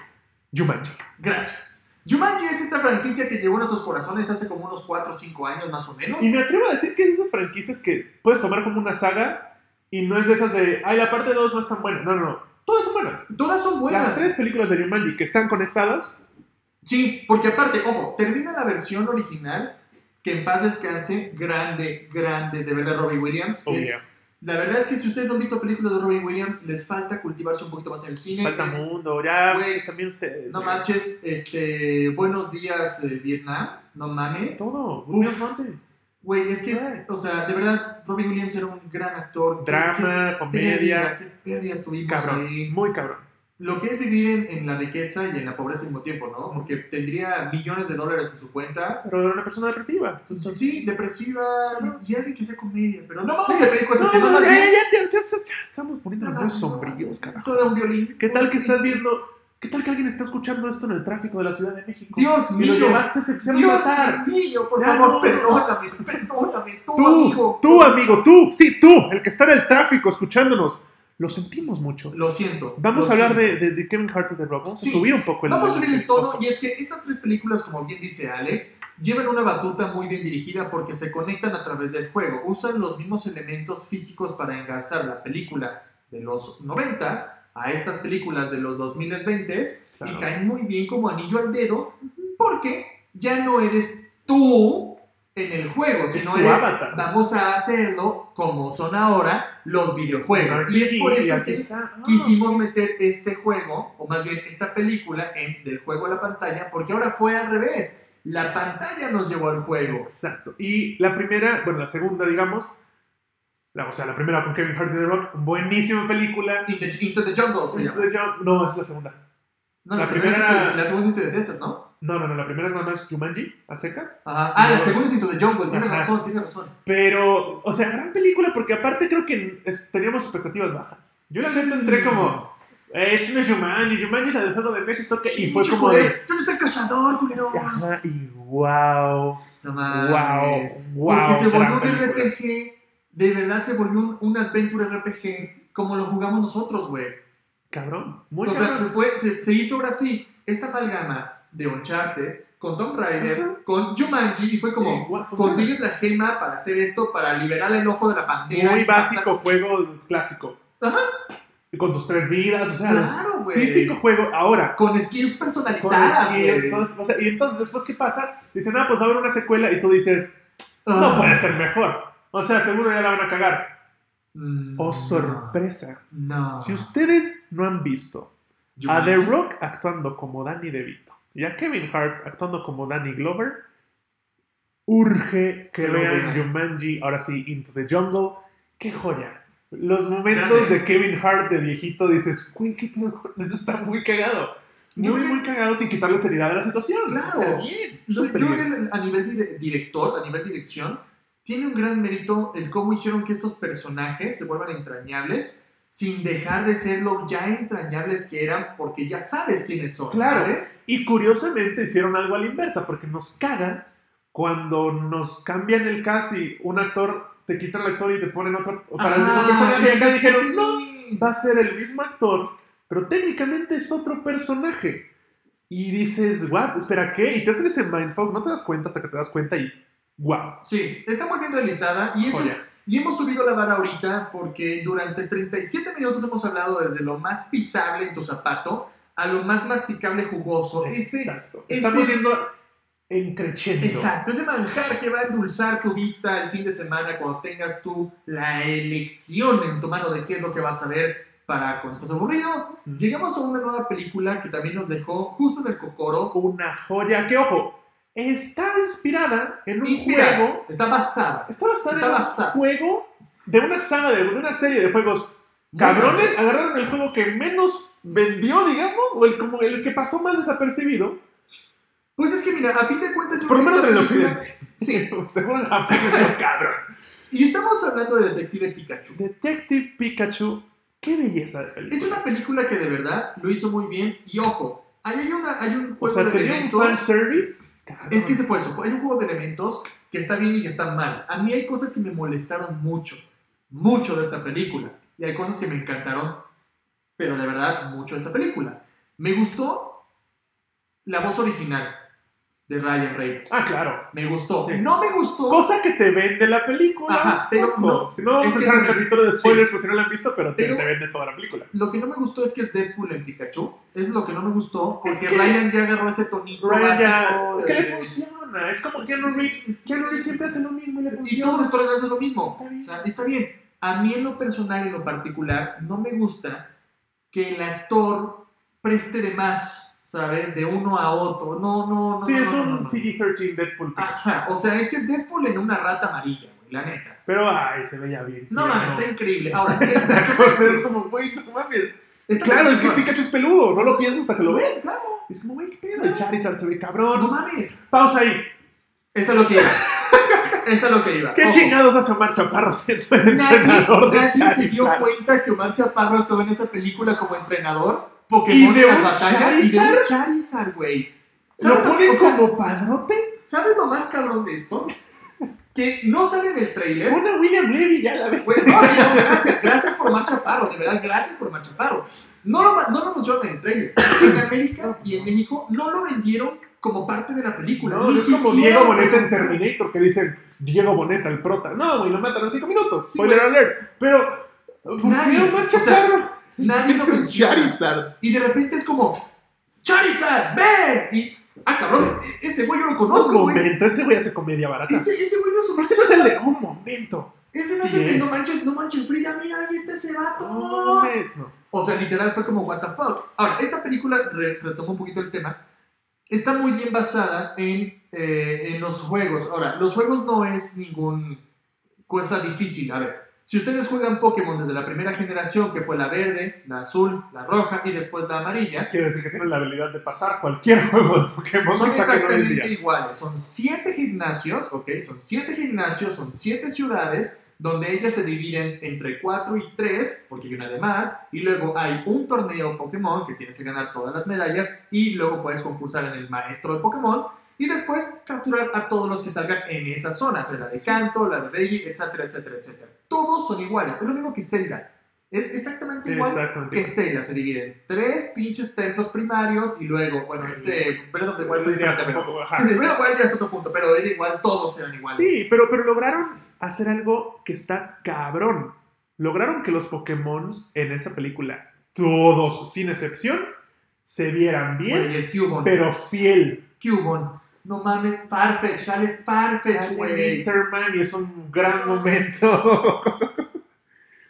Speaker 1: Jumanji.
Speaker 2: Gracias. Jumanji es esta franquicia que llegó a nuestros corazones hace como unos 4 o 5 años más o menos.
Speaker 1: Y me atrevo a decir que es de esas franquicias que puedes tomar como una saga y no es de esas de, ay, la parte 2 no es tan buena. No, no, no. Todas son buenas.
Speaker 2: Todas son buenas.
Speaker 1: Las tres películas de Jumanji que están conectadas,
Speaker 2: Sí, porque aparte, ojo, termina la versión original, que en paz descanse, grande, grande, de verdad, Robbie Williams.
Speaker 1: Oh,
Speaker 2: Es-
Speaker 1: yeah.
Speaker 2: La verdad es que si ustedes no han visto películas de Robbie Williams, les falta cultivarse un poquito más en el
Speaker 1: les
Speaker 2: cine.
Speaker 1: falta
Speaker 2: Es-
Speaker 1: mundo, ya,
Speaker 2: Güey,
Speaker 1: pues, también ustedes.
Speaker 2: no
Speaker 1: güey.
Speaker 2: manches, este, buenos días eh, Vietnam, no mames.
Speaker 1: Todo, Woody Mountain.
Speaker 2: Güey, es que, es-
Speaker 1: Güey.
Speaker 2: o sea, de verdad, Robbie Williams era un gran actor. Qué-
Speaker 1: Drama,
Speaker 2: qué pérdida,
Speaker 1: comedia,
Speaker 2: qué pérdida tuvimos
Speaker 1: cabrón,
Speaker 2: ahí.
Speaker 1: muy cabrón.
Speaker 2: lo que es vivir en, en la riqueza y en la pobreza al mismo tiempo, ¿no? Porque tendría millones de dólares en su cuenta.
Speaker 1: Pero era una persona depresiva. Entonces,
Speaker 2: Sí, depresiva y alguien que sea comedia, pero no vamos
Speaker 1: Sí.
Speaker 2: a pedir cosas
Speaker 1: Pues No,
Speaker 2: que
Speaker 1: no,
Speaker 2: no más
Speaker 1: ya,
Speaker 2: bien-
Speaker 1: ya, ya, ya, ya, ya estamos poniendo
Speaker 2: No,
Speaker 1: muy
Speaker 2: no,
Speaker 1: sombríos, carajo.
Speaker 2: Eso de un violín.
Speaker 1: ¿Qué tal que estás
Speaker 2: bien?
Speaker 1: viendo? ¿Qué tal que alguien está escuchando esto en el tráfico de la Ciudad de México?
Speaker 2: Dios
Speaker 1: y lo
Speaker 2: mío,
Speaker 1: llevaste, se, se va a
Speaker 2: Dios
Speaker 1: matar.
Speaker 2: mío, por
Speaker 1: Ya,
Speaker 2: favor,
Speaker 1: no.
Speaker 2: perdóname, perdóname, tú,
Speaker 1: Tú,
Speaker 2: amigo.
Speaker 1: tú, amigo, tú, sí, tú, el que está en el tráfico escuchándonos. Lo sentimos mucho.
Speaker 2: Lo siento.
Speaker 1: Vamos
Speaker 2: lo
Speaker 1: a hablar
Speaker 2: siento.
Speaker 1: de, de- de Kevin Hart y The Rock. Vamos
Speaker 2: Sí.
Speaker 1: a subir un poco el
Speaker 2: Vamos a subir el tono
Speaker 1: costo.
Speaker 2: y es que estas tres películas, como bien dice Alex, llevan una batuta muy bien dirigida porque se conectan a través del juego, usan los mismos elementos físicos para engarzar la película de los 90 a estas películas de los 2020 y
Speaker 1: Claro.
Speaker 2: caen muy bien como anillo al dedo porque ya no eres tú en el juego,
Speaker 1: Es
Speaker 2: sino
Speaker 1: tu
Speaker 2: eres
Speaker 1: avatar.
Speaker 2: vamos a hacerlo como son ahora los videojuegos y es por
Speaker 1: Aquí,
Speaker 2: eso
Speaker 1: aquí
Speaker 2: que
Speaker 1: está. Ah.
Speaker 2: quisimos meter este juego, o más bien esta película, en, del juego a la pantalla, porque ahora fue al revés. La pantalla nos llevó al juego.
Speaker 1: Exacto. Y la primera, bueno, la segunda, digamos, la- o sea, la primera con Kevin Hart y The Rock, buenísima película.
Speaker 2: Into, Into the Jungle se
Speaker 1: Into
Speaker 2: llama.
Speaker 1: the Jump- No, es la segunda.
Speaker 2: No,
Speaker 1: la
Speaker 2: la, primera, es
Speaker 1: primera-
Speaker 2: Into the- la segunda es Into the Desert, ¿no?
Speaker 1: No, no, no, la primera es nada más Jumanji, a secas.
Speaker 2: Ajá. Ah, la
Speaker 1: No.
Speaker 2: segunda es Into the Jungle, tiene
Speaker 1: Ajá.
Speaker 2: razón, tiene razón.
Speaker 1: Pero, o sea, gran película, porque aparte creo que es- teníamos expectativas bajas. Yo la neta entré como, eh, esto no es Jumanji, Jumanji es la del juego de Messi, esto que...
Speaker 2: Sí,
Speaker 1: y fue como
Speaker 2: culero,
Speaker 1: de...
Speaker 2: ¡Tú no estás el cazador, culeros!
Speaker 1: Ajá, y wow,
Speaker 2: No
Speaker 1: wow,
Speaker 2: mames.
Speaker 1: wow.
Speaker 2: Porque se
Speaker 1: gran
Speaker 2: volvió un
Speaker 1: película.
Speaker 2: RPG, de verdad se volvió un, un adventure RPG, como lo jugamos nosotros, güey.
Speaker 1: Cabrón, muy
Speaker 2: o sea,
Speaker 1: cabrón.
Speaker 2: se, fue, se, se hizo ahora sí esta amalgama de Uncharted con Tomb Raider,
Speaker 1: Ajá.
Speaker 2: con Jumanji, y fue
Speaker 1: Y,
Speaker 2: como,
Speaker 1: wow, funciona.
Speaker 2: consigues la gema para hacer esto, para liberar el ojo de la pantera.
Speaker 1: Muy
Speaker 2: y pasar-
Speaker 1: básico juego clásico.
Speaker 2: Ajá.
Speaker 1: Y Con tus tres vidas, o sea,
Speaker 2: Claro, güey.
Speaker 1: típico juego. Ahora,
Speaker 2: Con skills
Speaker 1: con
Speaker 2: personalizadas,
Speaker 1: skills,
Speaker 2: güey.
Speaker 1: cosas- o sea, y entonces después, ¿qué pasa? Dicen, ah, pues va a haber una secuela y tú dices,
Speaker 2: Ah.
Speaker 1: no puede ser mejor. O sea, seguro ya la van a cagar.
Speaker 2: Mm,
Speaker 1: Oh, sorpresa.
Speaker 2: No.
Speaker 1: Si ustedes no han visto a
Speaker 2: Jumanji.
Speaker 1: The Rock actuando como Danny DeVito y a Kevin Hart actuando como Danny Glover, urge que
Speaker 2: Que lo
Speaker 1: vean
Speaker 2: vean.
Speaker 1: Jumanji, ahora sí, Into the Jungle. ¡Qué joya! Los momentos
Speaker 2: Grande.
Speaker 1: de Kevin Hart de viejito dices, güey, qué pedo, eso está muy cagado. Muy,
Speaker 2: Yo creo que-
Speaker 1: muy cagado sin quitarle seriedad a la situación.
Speaker 2: Claro.
Speaker 1: O sea, bien,
Speaker 2: Yo yo
Speaker 1: súper
Speaker 2: creo que
Speaker 1: bien.
Speaker 2: el- a nivel dire- director, a nivel dirección, tiene un gran mérito el cómo hicieron que estos personajes se vuelvan entrañables sin dejar de ser lo ya entrañables que eran porque ya sabes quiénes son,
Speaker 1: Claro.
Speaker 2: ¿sabes?
Speaker 1: Y curiosamente hicieron algo a la inversa, porque nos cagan cuando nos cambian el cast y un actor te quitan el actor y te ponen otro para el mismo
Speaker 2: Ajá,
Speaker 1: personaje. Y acá
Speaker 2: dices,
Speaker 1: dijeron, no,
Speaker 2: "Sí".
Speaker 1: va a ser el mismo actor, pero técnicamente es otro personaje. Y dices, what, espera, ¿qué? Y te hacen ese mindfuck, no te das cuenta hasta que te das cuenta y wow.
Speaker 2: Sí, está muy bien realizada y eso es-
Speaker 1: Joya.
Speaker 2: y hemos subido la vara ahorita porque durante 37 minutos hemos hablado desde lo más pisable en tu zapato a lo más masticable jugoso. Ese
Speaker 1: Exacto.
Speaker 2: ese-
Speaker 1: Estamos yendo encrechendo.
Speaker 2: Exacto, ese manjar que va a endulzar tu vista el fin de semana cuando tengas tú la elección en tu mano de qué es lo que vas a ver para cuando estás aburrido.
Speaker 1: Mm.
Speaker 2: Llegamos a una nueva película que también nos dejó justo en el cocoro.
Speaker 1: Una joya que, ojo, está inspirada en un
Speaker 2: Inspira,
Speaker 1: juego
Speaker 2: está basada.
Speaker 1: Está basada
Speaker 2: Está
Speaker 1: en
Speaker 2: basada.
Speaker 1: un juego de una saga, de, de una serie de juegos. Cabrones agarraron el juego que menos vendió, digamos, o el, como el que pasó más desapercibido.
Speaker 2: Pues es que mira, a fin de cuentas... yo
Speaker 1: Por lo
Speaker 2: creo que
Speaker 1: menos en el
Speaker 2: esta película-
Speaker 1: occidente.
Speaker 2: Sí,
Speaker 1: Seguro en Japón es un cabrón.
Speaker 2: y estamos hablando de Detective Pikachu.
Speaker 1: Detective Pikachu, qué belleza de
Speaker 2: Es
Speaker 1: película.
Speaker 2: una película que de verdad lo hizo muy bien y ojo, ahí hay, una, hay un
Speaker 1: O
Speaker 2: juego
Speaker 1: sea,
Speaker 2: de
Speaker 1: tenía un
Speaker 2: elementos...
Speaker 1: fanservice. cabrón.
Speaker 2: Es que ese fue eso. Hay un juego de elementos que está bien y que está mal. A mí hay cosas que me molestaron mucho. Mucho de esta película. Y hay cosas que me encantaron. Pero de verdad, mucho de esta película. Me gustó la voz original de Ryan Reynolds.
Speaker 1: Ah, claro.
Speaker 2: Me gustó.
Speaker 1: Sí.
Speaker 2: No me gustó.
Speaker 1: Cosa que te vende la película.
Speaker 2: Ajá, pero
Speaker 1: No,
Speaker 2: no.
Speaker 1: si no vamos
Speaker 2: Es
Speaker 1: a
Speaker 2: que
Speaker 1: entrar en
Speaker 2: sí.
Speaker 1: territorio de spoilers, pues si no la han visto, pero te,
Speaker 2: Pero-
Speaker 1: te vende toda la película.
Speaker 2: Lo que no me gustó es que es Deadpool en Pikachu. Es lo que no me gustó. Porque
Speaker 1: Es que-
Speaker 2: Ryan ya agarró ese tonito.
Speaker 1: Ryan ya.
Speaker 2: básico
Speaker 1: ¿Qué
Speaker 2: de-
Speaker 1: le funciona? Es como Keanu Reeves.
Speaker 2: Sí.
Speaker 1: Keanu Reeves siempre hace lo mismo y le
Speaker 2: Y todos
Speaker 1: funciona.
Speaker 2: los actores hacen lo mismo.
Speaker 1: Está bien.
Speaker 2: O sea, está bien. A mí en lo personal, en lo particular, no me gusta que el actor preste de más, ¿sabes? De uno a otro. No, no, no.
Speaker 1: Sí,
Speaker 2: no,
Speaker 1: es
Speaker 2: no,
Speaker 1: un
Speaker 2: no, no.
Speaker 1: PG-13 Deadpool.
Speaker 2: Ajá, o sea, es que es Deadpool en una rata amarilla, güey, la neta.
Speaker 1: Pero, ay, se veía bien.
Speaker 2: No,
Speaker 1: Mira,
Speaker 2: mames, está increíble. Ahora, el
Speaker 1: La cosa Pues es
Speaker 2: personaje,
Speaker 1: como, güey, no mames.
Speaker 2: Está
Speaker 1: Claro, es que
Speaker 2: chingón.
Speaker 1: Pikachu es peludo, no lo piensas hasta que lo ves.
Speaker 2: Claro,
Speaker 1: Es como, güey, qué pedo. Y Charizard se ve cabrón.
Speaker 2: no mames.
Speaker 1: Pausa ahí.
Speaker 2: Eso es lo que iba. Eso es lo que iba.
Speaker 1: ¿Qué
Speaker 2: Ojo.
Speaker 1: chingados hace Omar Chaparro siendo el
Speaker 2: Nadie,
Speaker 1: entrenador de
Speaker 2: nadie se dio
Speaker 1: Charizard?
Speaker 2: cuenta que Omar Chaparro actuó en esa película como entrenador. Pokémon
Speaker 1: ¿Y de
Speaker 2: en las
Speaker 1: un
Speaker 2: batallas y de un
Speaker 1: Charizard?
Speaker 2: Charizard, güey. ¿Sabes
Speaker 1: ¿Lo
Speaker 2: lo-
Speaker 1: ponen
Speaker 2: o sea,
Speaker 1: como padrote?
Speaker 2: ¿Sabes lo más cabrón de esto? Que no sale en el trailer.
Speaker 1: Una William Levy, ya la ves.
Speaker 2: Güey, no, no, gracias, gracias por Omar Chaparro, de verdad, gracias por Omar Chaparro. No lo, ma- no lo anunciaron en el trailer. En América y en México no lo vendieron como parte de la película.
Speaker 1: No,
Speaker 2: ni
Speaker 1: no es como
Speaker 2: siquiera
Speaker 1: Diego
Speaker 2: lo
Speaker 1: Boneta en
Speaker 2: presentaron.
Speaker 1: Terminator que dicen Diego Boneta, el prota. No, güey, lo matan en 5 minutos.
Speaker 2: Sí,
Speaker 1: Spoiler alert. Pero, ¿por
Speaker 2: Nadie,
Speaker 1: qué Omar
Speaker 2: o sea,
Speaker 1: Chaparro?
Speaker 2: Nadie lo
Speaker 1: Un
Speaker 2: menciona.
Speaker 1: Charizard.
Speaker 2: Y de repente es como, ¡Charizard, ven! Y, ah, cabrón, e- ese güey yo lo
Speaker 1: Un
Speaker 2: conozco, güey.
Speaker 1: momento, ese güey hace comedia barata. Ese,
Speaker 2: Ese, ese güey no es un-
Speaker 1: no es el de un momento.
Speaker 2: Ese no es
Speaker 1: Sí
Speaker 2: el de No
Speaker 1: es.
Speaker 2: manches, no manches, Frida, mira, ahí está ese vato.
Speaker 1: No, es, no.
Speaker 2: O sea, literal fue como, what the fuck. Ahora, esta película, re- retomo un poquito el tema, está muy bien basada en, eh, en los juegos. Ahora, los juegos no es ningún cosa difícil. A ver, si ustedes juegan Pokémon desde la primera generación, que fue la verde, la azul, la roja y después la amarilla,
Speaker 1: Quiere decir que tienen la habilidad de pasar cualquier juego de Pokémon
Speaker 2: son
Speaker 1: que saquen hoy en día.
Speaker 2: exactamente iguales. Son siete gimnasios, ok, son siete gimnasios, son siete ciudades, donde ellas se dividen entre cuatro y tres, porque hay una de mar, y luego hay un torneo Pokémon que tienes que ganar todas las medallas, y luego puedes concursar en el maestro de Pokémon, y después capturar a todos los que salgan en esas zonas, en la de Canto, la de Reggie, etcétera, etcétera, etcétera. Todos son iguales, es lo mismo que Zelda. Es exactamente igual
Speaker 1: Exactamente.
Speaker 2: que Zelda se divide en tres pinches templos primarios y luego, bueno, este Breath of the Wild fue
Speaker 1: Ya,
Speaker 2: diferente, pero...
Speaker 1: tampoco,
Speaker 2: Sí,
Speaker 1: ajá.
Speaker 2: sí, Breath of the Wild ya es otro punto, pero era igual, todos eran iguales.
Speaker 1: Sí, pero, pero lograron hacer algo que está cabrón. Lograron que los Pokémon en esa película, todos sin excepción, se vieran bien,
Speaker 2: Güey, y el Cubone,
Speaker 1: pero fiel.
Speaker 2: Cubone, no mames, Farfetch, sale Farfetch, güey.
Speaker 1: Mr. Mime es un gran momento.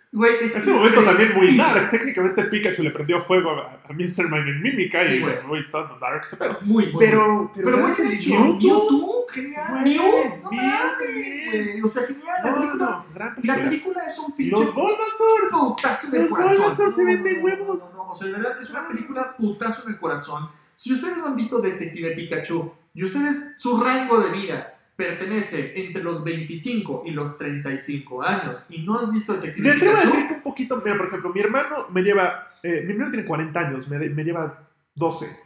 Speaker 2: Güey, es
Speaker 1: Ese momento también muy
Speaker 2: increíble.
Speaker 1: dark. Técnicamente Pikachu le prendió fuego a, a Mr. Mime en Mímica
Speaker 2: Sí,
Speaker 1: y
Speaker 2: güey.
Speaker 1: güey, está dark ese pedo.
Speaker 2: Muy, muy bueno.
Speaker 1: Pero,
Speaker 2: Pero muy bien hecho. Mewtwo, genial.
Speaker 1: Güey,
Speaker 2: Mew, no
Speaker 1: bien,
Speaker 2: mames,
Speaker 1: bien.
Speaker 2: güey. O sea, genial, la
Speaker 1: No, no,
Speaker 2: película...
Speaker 1: no, gran
Speaker 2: La
Speaker 1: película.
Speaker 2: película es un pinche...
Speaker 1: Los Bulbasaurs.
Speaker 2: putazo en el
Speaker 1: Los
Speaker 2: corazón.
Speaker 1: Bulbasaur se
Speaker 2: No,
Speaker 1: venden
Speaker 2: no,
Speaker 1: huevos.
Speaker 2: No, no, o sea, de verdad, es una película putazo en el corazón. Si ustedes no han visto Detective Pikachu y ustedes, su rango de vida pertenece entre los 25 y los 35 años y no has visto
Speaker 1: Me
Speaker 2: Detective
Speaker 1: atrevo a
Speaker 2: Pikachu,
Speaker 1: decir que un poquito, mira, por ejemplo, mi hermano me lleva, eh, mi hermano tiene 40 años, me, me lleva 12.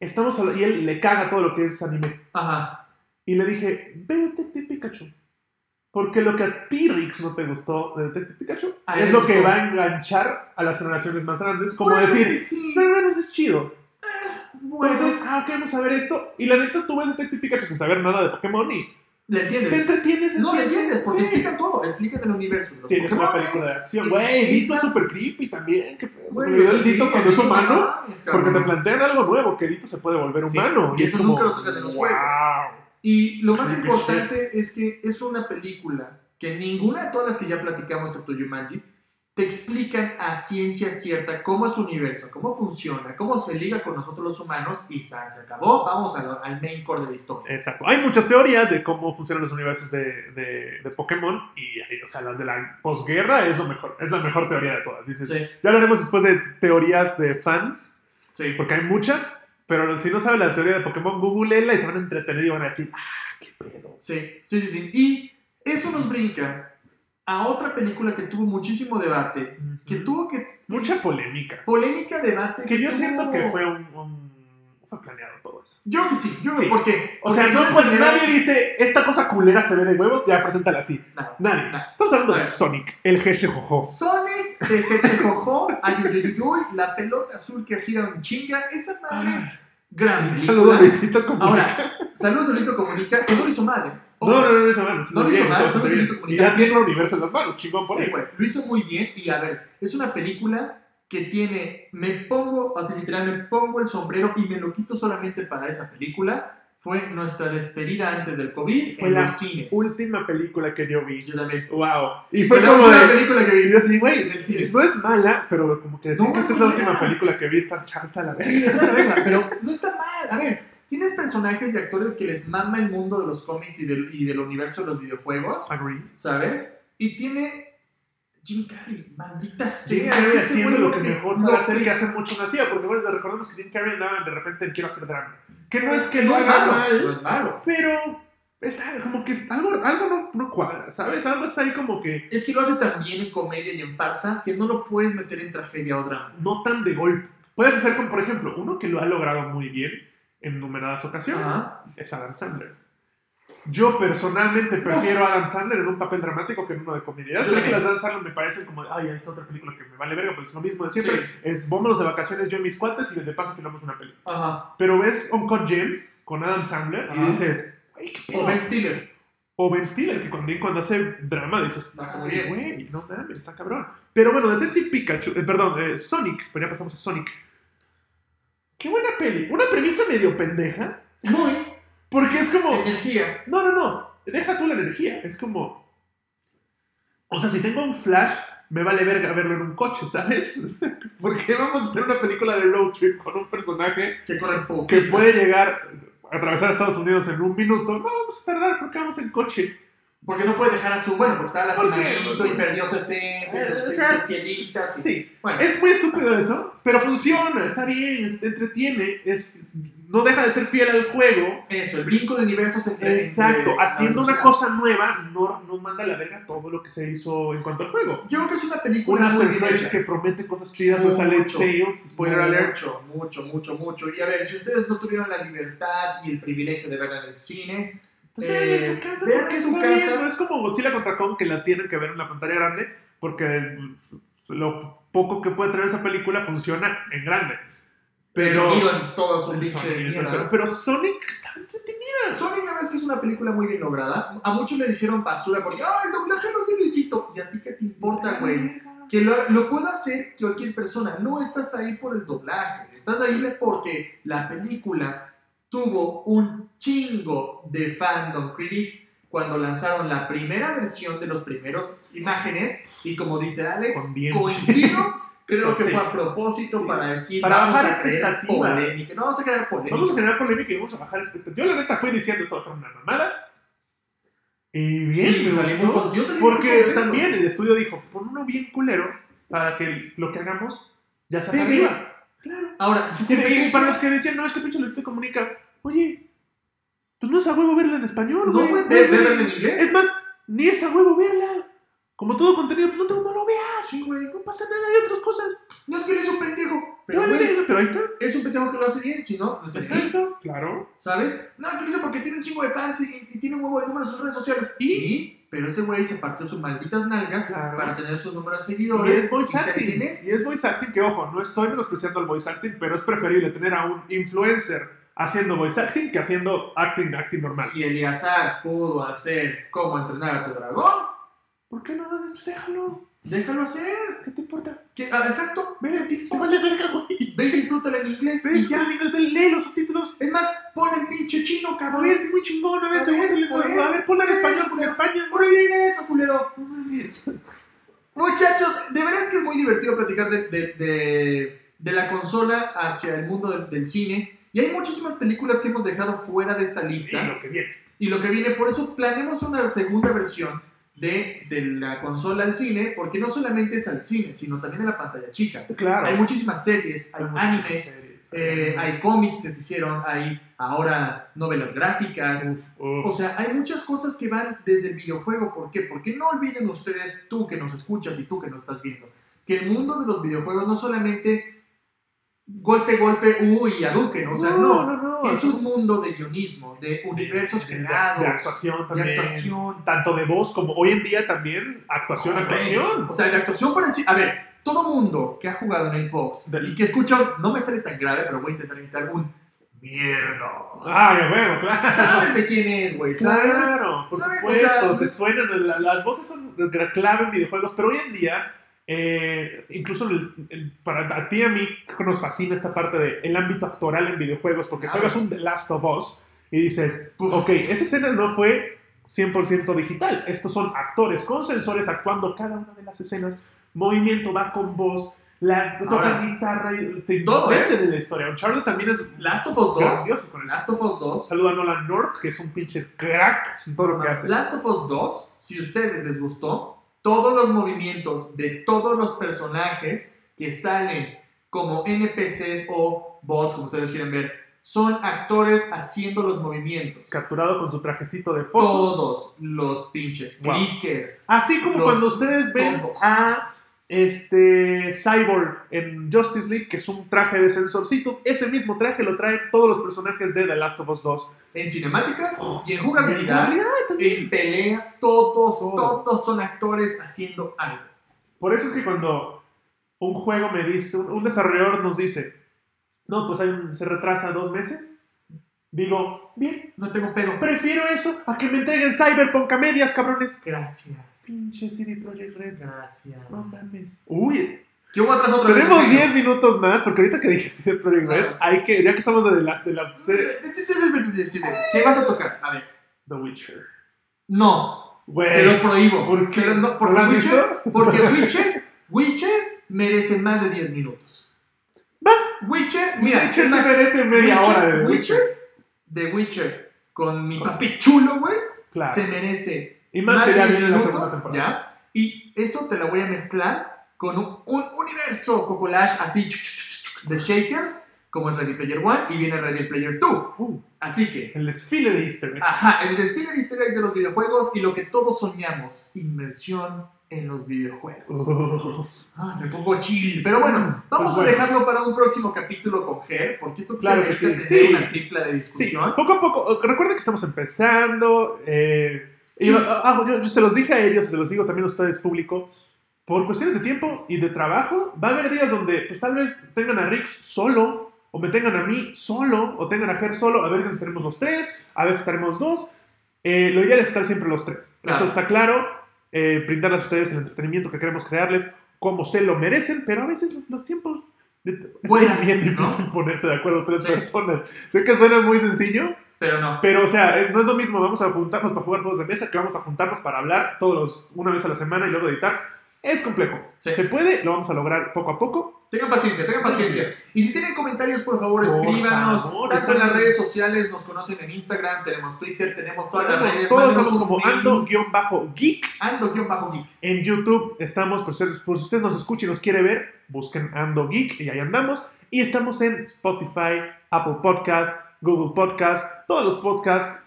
Speaker 1: Estamos habla- y él le caga todo lo que es anime.
Speaker 2: ajá,
Speaker 1: Y le dije, ve Detective Pikachu. Porque lo que a ti, Rix, no te gustó de Detective Pikachu
Speaker 2: A él
Speaker 1: es
Speaker 2: le
Speaker 1: lo que
Speaker 2: gustó.
Speaker 1: va a enganchar a las generaciones más grandes. Como
Speaker 2: Puede ser que
Speaker 1: decir,
Speaker 2: sí,
Speaker 1: Ryan Reynolds es chido.
Speaker 2: bueno,
Speaker 1: Entonces, ah, ok, vamos a ver esto. Y la neta, tú ves Detective Pikachu sin saber nada de Pokémon y
Speaker 2: le
Speaker 1: te
Speaker 2: entiendes,
Speaker 1: entretienes.
Speaker 2: no le entiendes porque
Speaker 1: sí.
Speaker 2: explican todo, explican el universo, los
Speaker 1: Tienes una
Speaker 2: Pokémones,
Speaker 1: película de acción.
Speaker 2: y-
Speaker 1: Güey,
Speaker 2: y-
Speaker 1: Vito es super creepy también. Que, se
Speaker 2: güey,
Speaker 1: me olvidó
Speaker 2: o sea,
Speaker 1: el Vito
Speaker 2: sí,
Speaker 1: cuando es
Speaker 2: no
Speaker 1: humano.
Speaker 2: mames,
Speaker 1: Porque te
Speaker 2: cabrón.
Speaker 1: plantean algo nuevo, que Vito se puede volver
Speaker 2: Sí,
Speaker 1: humano.
Speaker 2: y eso nunca lo tocan en los juegos. Y lo más
Speaker 1: Creepy
Speaker 2: importante es que es una película que ninguna de todas las que ya platicamos, excepto Jumanji, te explican a ciencia cierta cómo es su universo, cómo funciona, cómo se liga con nosotros los humanos y san, se acabó. Vamos a lo- al main core de la historia.
Speaker 1: Exacto. Hay muchas teorías de cómo funcionan los universos de, de- de Pokémon. Y, ahí, o sea, las de la posguerra es lo mejor. Es la mejor teoría de todas. Dices,
Speaker 2: Sí,
Speaker 1: ya hablaremos después de teorías de fans,
Speaker 2: sí.
Speaker 1: porque hay muchas. Pero si no saben la teoría de Pokémon, googleenla y se van a entretener y van a decir, ah, qué pedo.
Speaker 2: Sí, sí, sí, sí. Y eso nos brinca a otra película que tuvo muchísimo debate, que
Speaker 1: Ujú.
Speaker 2: tuvo que...
Speaker 1: Mucha polémica.
Speaker 2: Polémica, debate...
Speaker 1: Que yo
Speaker 2: tuvo-
Speaker 1: siento que fue un, un- fue planeado todo eso.
Speaker 2: Yo creo que sí, yo creo
Speaker 1: Sí.
Speaker 2: que... ¿Por qué?
Speaker 1: O sea,
Speaker 2: Porque
Speaker 1: no,
Speaker 2: son
Speaker 1: pues
Speaker 2: escenas-
Speaker 1: nadie dice, esta cosa culera se ve de huevos, ya preséntala así.
Speaker 2: No.
Speaker 1: Nadie.
Speaker 2: No.
Speaker 1: Estamos hablando
Speaker 2: A
Speaker 1: de
Speaker 2: ver.
Speaker 1: Sonic, el jeje jojo.
Speaker 2: Sonic, de Hechejojo, Ayuyuyuyuy, la pelota azul que gira un chinga, esa madre, gran
Speaker 1: Ah. Un
Speaker 2: película.
Speaker 1: saludo a Luisito Comunica.
Speaker 2: Ahora, saludos a Luisito Comunica, que no lo hizo mal, ¿eh?
Speaker 1: No,
Speaker 2: Ojo,
Speaker 1: no, no, no, hizo mal,
Speaker 2: No
Speaker 1: no,
Speaker 2: lo hizo
Speaker 1: bien,
Speaker 2: mal,
Speaker 1: hizo bastante
Speaker 2: solo
Speaker 1: bien.
Speaker 2: Luisito
Speaker 1: Y
Speaker 2: Comunica.
Speaker 1: ya tiene un universo en las manos, chingón por
Speaker 2: sí,
Speaker 1: ahí.
Speaker 2: güey, lo hizo muy bien, y a ver, es una película que tiene, me pongo, así literal, me pongo el sombrero y me lo quito solamente para esa película, fue nuestra despedida antes del COVID
Speaker 1: Fue
Speaker 2: en
Speaker 1: la
Speaker 2: los cines.
Speaker 1: Última película que yo vi.
Speaker 2: Yo también.
Speaker 1: Wow. Y fue
Speaker 2: la
Speaker 1: como
Speaker 2: última
Speaker 1: de.
Speaker 2: película que
Speaker 1: Y
Speaker 2: vi.
Speaker 1: yo así, güey,
Speaker 2: En el cine.
Speaker 1: no es mala, pero como que decir
Speaker 2: No,
Speaker 1: que esta
Speaker 2: no
Speaker 1: es la
Speaker 2: era.
Speaker 1: última película que vi, está hasta la verga.
Speaker 2: Sí, está la verga, pero no está mal. A ver, tienes personajes y actores que les mama el mundo de los cómics y del, y del universo de los videojuegos,
Speaker 1: Agree.
Speaker 2: ¿sabes? Y tiene Jim Carrey, maldita sea.
Speaker 1: Jim
Speaker 2: es
Speaker 1: Carrey
Speaker 2: que ese
Speaker 1: haciendo
Speaker 2: güey
Speaker 1: lo que mejor
Speaker 2: lo
Speaker 1: sabe hacer
Speaker 2: que-
Speaker 1: que hace mucho no hacía, porque bueno, recordemos que Jim Carrey andaba de repente en quiero hacer drama. Que no es que
Speaker 2: no es malo, no
Speaker 1: mal,
Speaker 2: es malo.
Speaker 1: pero está como que algo, algo no, no cuadra, ¿sabes? Algo está ahí como que
Speaker 2: Es que lo hace tan bien en comedia y en farsa que no lo puedes meter en tragedia o drama.
Speaker 1: no tan de golpe. Puedes hacer como, por ejemplo, uno que lo ha logrado muy bien en numeradas ocasiones
Speaker 2: Ajá.
Speaker 1: es Adam Sandler. Yo personalmente prefiero a Adam Sandler en un papel dramático que en uno de comedia. Las
Speaker 2: Yo también.
Speaker 1: películas de Adam Sandler me parecen como, ay, esta otra película que me vale verga, pues es lo mismo de siempre.
Speaker 2: Sí.
Speaker 1: Es vámonos de vacaciones yo y mis cuates y de paso filmamos una película.
Speaker 2: Ajá.
Speaker 1: Pero ves Uncut James con Adam Sandler y
Speaker 2: Ajá.
Speaker 1: dices, "Ay, qué pedo".
Speaker 2: O Ben Stiller.
Speaker 1: O Ben Stiller, que también cuando hace drama dices,
Speaker 2: Lo hace muy
Speaker 1: "Ay,
Speaker 2: bien".
Speaker 1: güey, no mames, está cabrón. Pero bueno, Detective Pikachu, eh, perdón, eh, Sonic, pero ya pasamos a Sonic. Qué buena peli. Una premisa medio pendeja,
Speaker 2: Muy.
Speaker 1: porque es como...
Speaker 2: Energía.
Speaker 1: No, no, no. Deja tú la energía. Es como. O sea, si tengo un flash, me vale verga verlo en un coche, ¿sabes? Porque vamos a hacer una película de road trip con un personaje
Speaker 2: Que corren poco.
Speaker 1: que puede llegar a atravesar Estados Unidos en un minuto. No, vamos a tardar porque vamos en coche.
Speaker 2: Porque no puede dejar a su. Bueno, porque estaba
Speaker 1: ¿Por qué?
Speaker 2: lastimadito y perdió su esencia y
Speaker 1: Eh, o
Speaker 2: sus
Speaker 1: sea,
Speaker 2: sus pielitas y-
Speaker 1: Sí.
Speaker 2: Bueno,
Speaker 1: Es muy estúpido eso, pero funciona, está bien, es- te entretiene, es, es- no deja de ser fiel al juego.
Speaker 2: eso, el brinco de universos entre.
Speaker 1: Exacto,
Speaker 2: entre-
Speaker 1: haciendo
Speaker 2: no,
Speaker 1: una
Speaker 2: no,
Speaker 1: cosa nueva no, no manda a la verga todo lo que se hizo en cuanto al juego.
Speaker 2: Yo creo que es una película
Speaker 1: un
Speaker 2: muy
Speaker 1: After
Speaker 2: bien
Speaker 1: Credits
Speaker 2: hecha.
Speaker 1: que promete cosas chidas, no sale
Speaker 2: Mucho.
Speaker 1: Tails, spoiler alert.
Speaker 2: Mucho, mucho, mucho, mucho. Y a ver, si ustedes no tuvieron la libertad y el privilegio de verla en el cine,
Speaker 1: Pues
Speaker 2: Eh,
Speaker 1: vean en su casa,
Speaker 2: vean
Speaker 1: porque
Speaker 2: en su
Speaker 1: está bien,
Speaker 2: casa.
Speaker 1: No es como Godzilla contra Kong que la tienen que ver en la pantalla grande, porque mm, lo poco que puede traer esa película funciona en grande.
Speaker 2: el
Speaker 1: Pero,
Speaker 2: sonido pues en todo su
Speaker 1: El
Speaker 2: pinche
Speaker 1: sonido,
Speaker 2: mierda.
Speaker 1: pero, pero Sonic está entretenido.
Speaker 2: Sonic, la verdad es que es una película muy bien lograda. A muchos le hicieron basura porque, ¡ah, el doblaje no se lo hicito! ¿Y a ti qué te importa, güey? Que lo, lo pueda hacer cualquier persona. No estás ahí por el doblaje. Estás ahí porque la película tuvo un chingo de fandom critics cuando lanzaron la primera versión de los primeros imágenes. Y como dice Alex,
Speaker 1: Con dientes.
Speaker 2: coincido. Creo que
Speaker 1: Sí.
Speaker 2: fue a propósito
Speaker 1: Sí.
Speaker 2: para decir,
Speaker 1: Para
Speaker 2: vamos
Speaker 1: bajar
Speaker 2: a crear
Speaker 1: expectativas.
Speaker 2: polémica. No vamos a crear polémica.
Speaker 1: Vamos a generar polémica y vamos a bajar expectativas. Yo la neta fui diciendo esto va a ser una mamada. Y bien,
Speaker 2: Y
Speaker 1: me
Speaker 2: salí muy
Speaker 1: gustó.
Speaker 2: contento, yo salí muy
Speaker 1: Porque
Speaker 2: contento.
Speaker 1: también el estudio dijo, pon uno bien culero para que lo que hagamos ya sea
Speaker 2: Pegue.
Speaker 1: arriba. Claro.
Speaker 2: Ahora, su
Speaker 1: Y, de- y para
Speaker 2: competencia-
Speaker 1: los que decían, no, es que pinche la comunica, oye, pues no es a huevo verla en español,
Speaker 2: No,
Speaker 1: güey.
Speaker 2: güey,
Speaker 1: Ve-
Speaker 2: ves
Speaker 1: ve-
Speaker 2: verla en inglés.
Speaker 1: Es más, ni es a huevo verla. Como todo contenido, pues no, te- no lo veas,
Speaker 2: Sí, güey.
Speaker 1: no pasa nada, hay otras cosas.
Speaker 2: No es que él es un pendejo.
Speaker 1: Te
Speaker 2: Pero,
Speaker 1: vale
Speaker 2: güey, Pues
Speaker 1: verga, pero ahí está. pues,
Speaker 2: es un pendejo que lo hace bien, si no, no está bien.
Speaker 1: Exacto, claro.
Speaker 2: ¿Sabes? No, que lo hizo porque tiene un chingo de fans y, y tiene un huevo de números en sus redes sociales.
Speaker 1: ¿Y?
Speaker 2: Sí, pero ese güey se partió sus malditas nalgas
Speaker 1: Claro.
Speaker 2: para tener sus números de
Speaker 1: Y
Speaker 2: seguidores.
Speaker 1: es voice
Speaker 2: ¿sabe
Speaker 1: acting.
Speaker 2: quién es?
Speaker 1: Y es voice acting que, ojo, no estoy menospreciando al voice acting, pero es preferible tener a un influencer haciendo voice acting que haciendo acting, acting normal.
Speaker 2: Si Eleazar pudo hacer cómo entrenar a tu dragón,
Speaker 1: ¿Por qué no haces? Pues déjalo.
Speaker 2: déjalo hacer.
Speaker 1: ¿Qué te importa?
Speaker 2: Que- ah, exacto, ve
Speaker 1: Mira,
Speaker 2: el
Speaker 1: te
Speaker 2: TikTok,
Speaker 1: vale verga, güey.
Speaker 2: ve y disfrútala en inglés
Speaker 1: Sí,
Speaker 2: y
Speaker 1: ya,
Speaker 2: ya.
Speaker 1: amigos, ve, lee los subtítulos.
Speaker 2: Es más, pon el pinche chino,
Speaker 1: A
Speaker 2: cabrón.
Speaker 1: ver, es muy chingón, a ver, te gusta el lenguaje. A ver, ponla en español, porque España.
Speaker 2: Por ahí eso, culero.
Speaker 1: No mames.
Speaker 2: Muchachos, de verdad es que es muy divertido platicar de, de- de- de la consola hacia el mundo del, del cine. Y hay muchísimas películas que hemos dejado fuera de esta
Speaker 1: Sí,
Speaker 2: lista.
Speaker 1: lo que viene.
Speaker 2: Y lo que viene, por eso planeamos una segunda versión de, de la consola al cine, porque no solamente es al cine, sino también a la pantalla chica.
Speaker 1: Claro.
Speaker 2: Hay muchísimas series, hay animes, eh, hay cómics que se hicieron, hay ahora novelas gráficas, O sea, hay muchas cosas que van desde el videojuego. ¿Por qué? Porque no olviden ustedes, tú que nos escuchas y tú que nos estás viendo, que el mundo de los videojuegos no solamente golpe, golpe, uy, aduquen. O sea, no.
Speaker 1: no,
Speaker 2: es un mundo de guionismo, de universos
Speaker 1: de-
Speaker 2: creados,
Speaker 1: De
Speaker 2: de,
Speaker 1: actuación también.
Speaker 2: actuación.
Speaker 1: Tanto de voz como hoy en día también, actuación, actuación.
Speaker 2: O sea, de actuación para decir- A ver, todo mundo que ha jugado en Xbox
Speaker 1: Del-
Speaker 2: y que escucha, no me sale tan grave, pero voy a intentar imitar un mierda.
Speaker 1: Ay, bueno, claro.
Speaker 2: ¿Sabes de quién es, güey? ¿Sabes?
Speaker 1: Claro, por
Speaker 2: ¿Sabes? O
Speaker 1: supuesto,
Speaker 2: sea,
Speaker 1: te suenan, la- las voces son la clave en videojuegos, pero hoy en día, eh, incluso el- el- para a ti y a mí creo que nos fascina esta parte del ámbito actoral en videojuegos, porque
Speaker 2: Claro.
Speaker 1: juegas un The Last of Us y dices,
Speaker 2: Puf.
Speaker 1: ok, esa escena no fue 100% digital, estos son actores con sensores actuando cada una de las escenas, movimiento va con voz, la,
Speaker 2: Ahora,
Speaker 1: tocan guitarra, y te
Speaker 2: todo, ¿eh?
Speaker 1: depende de la historia. Uncharted también es
Speaker 2: Last of Us 2.
Speaker 1: gracioso con eso.
Speaker 2: Last of Us 2
Speaker 1: Saluda a Nolan North, que es un pinche crack en todo lo que hace.
Speaker 2: Last of Us 2, si a ustedes les gustó, todos los movimientos de todos los personajes que salen como NPCs o bots, como ustedes quieren ver, son actores haciendo los movimientos.
Speaker 1: Capturado con su trajecito de fotos.
Speaker 2: Todos los pinches
Speaker 1: Wow.
Speaker 2: clickers.
Speaker 1: Así como
Speaker 2: Los
Speaker 1: cuando ustedes ven
Speaker 2: tontos.
Speaker 1: a este Cyborg en Justice League, que es un traje de sensorcitos, ese mismo traje lo traen todos los personajes de The Last of Us 2.
Speaker 2: En cinemáticas
Speaker 1: Oh.
Speaker 2: y en jugabilidad, en pelea, todos,
Speaker 1: Oh.
Speaker 2: todos son actores haciendo algo.
Speaker 1: Por eso es que cuando un juego me dice, un, un desarrollador nos dice, no, pues hay un- se retrasa dos meses, digo, bien,
Speaker 2: No tengo pedo.
Speaker 1: prefiero eso a que me entreguen Cyberpunk a medias, cabrones.
Speaker 2: Gracias.
Speaker 1: Pinche CD Projekt Red,
Speaker 2: Gracias.
Speaker 1: no mames. Uy,
Speaker 2: ¿Qué hubo atrás otra vez?
Speaker 1: Tenemos
Speaker 2: Venga.
Speaker 1: 10 minutos más, porque ahorita que dije CD Projekt Red,
Speaker 2: Ajá.
Speaker 1: hay que, ya que estamos de las de la serie
Speaker 2: ¿Qué vas a tocar? A ver.
Speaker 1: The Witcher.
Speaker 2: No, te
Speaker 1: Güey,
Speaker 2: lo prohíbo.
Speaker 1: ¿por qué?
Speaker 2: Pero no,
Speaker 1: ¿No
Speaker 2: porque
Speaker 1: lo has
Speaker 2: Witcher, porque Witcher, Witcher merece más de 10 minutos.
Speaker 1: Va.
Speaker 2: Witcher, mira,
Speaker 1: Witcher
Speaker 2: es
Speaker 1: se
Speaker 2: más,
Speaker 1: merece media
Speaker 2: Witcher,
Speaker 1: hora de Witcher.
Speaker 2: Witcher, The Witcher, con mi papi chulo, güey,
Speaker 1: Claro.
Speaker 2: se merece
Speaker 1: y más que
Speaker 2: de
Speaker 1: ya
Speaker 2: 10
Speaker 1: viene la segunda
Speaker 2: minutos,
Speaker 1: temporada.
Speaker 2: ¿ya? Y eso te la voy a mezclar con un, un universo cocolage así chuc, chuc, chuc, chuc, de Shaker, como es Ready Player One, y viene Ready Player 2.
Speaker 1: Uh,
Speaker 2: Así que
Speaker 1: el desfile de Easter egg.
Speaker 2: Ajá, el desfile de easter egg de los videojuegos y lo que todos soñamos, inmersión en los videojuegos.
Speaker 1: Uh,
Speaker 2: Ah, me pongo chill. Pero bueno, vamos
Speaker 1: Pues bueno.
Speaker 2: a dejarlo para un próximo capítulo con Ger, porque esto
Speaker 1: Claro
Speaker 2: claro que
Speaker 1: que sí,
Speaker 2: tener
Speaker 1: sí.
Speaker 2: una tripla de
Speaker 1: sí,
Speaker 2: discusión.
Speaker 1: poco a poco. eh, Recuerden que estamos empezando. eh, y
Speaker 2: Sí.
Speaker 1: yo, ah, yo- yo se los dije a ellos, se los digo también a ustedes, público. Por cuestiones de tiempo y de trabajo, va a haber días donde pues, tal vez tengan a Rix solo, o me tengan a mí solo, o tengan a Ger solo. A veces estaremos los tres, a veces estaremos dos. Eh, lo ideal es estar siempre los tres.
Speaker 2: Claro.
Speaker 1: Eso está claro. Eh, brindarles a ustedes el entretenimiento que queremos crearles como se lo merecen, pero a veces los tiempos... de- es-
Speaker 2: Vuelan,
Speaker 1: es bien
Speaker 2: ¿no?
Speaker 1: difícil ponerse de acuerdo tres
Speaker 2: Sí.
Speaker 1: personas. Sé que suena muy sencillo,
Speaker 2: Pero no.
Speaker 1: pero o sea, eh, no es lo mismo vamos a juntarnos para jugar juegos de mesa que vamos a juntarnos para hablar todos los- una vez a la semana y luego editar. Es complejo.
Speaker 2: Sí.
Speaker 1: Se puede, lo vamos a lograr poco a poco.
Speaker 2: Tengan paciencia, tengan paciencia. Y si tienen comentarios, por favor,
Speaker 1: Por
Speaker 2: escríbanos.
Speaker 1: favor,
Speaker 2: tanto en
Speaker 1: están-
Speaker 2: las redes sociales, nos conocen en Instagram, tenemos Twitter, tenemos todas las redes.
Speaker 1: todos
Speaker 2: mándenos
Speaker 1: estamos
Speaker 2: un
Speaker 1: como
Speaker 2: mail,
Speaker 1: ando-geek.
Speaker 2: Ando-geek.
Speaker 1: En YouTube estamos, por si, por si usted nos escucha y nos quiere ver, busquen Ando Geek y ahí andamos. Y estamos en Spotify, Apple Podcast, Google Podcast, todos los podcasts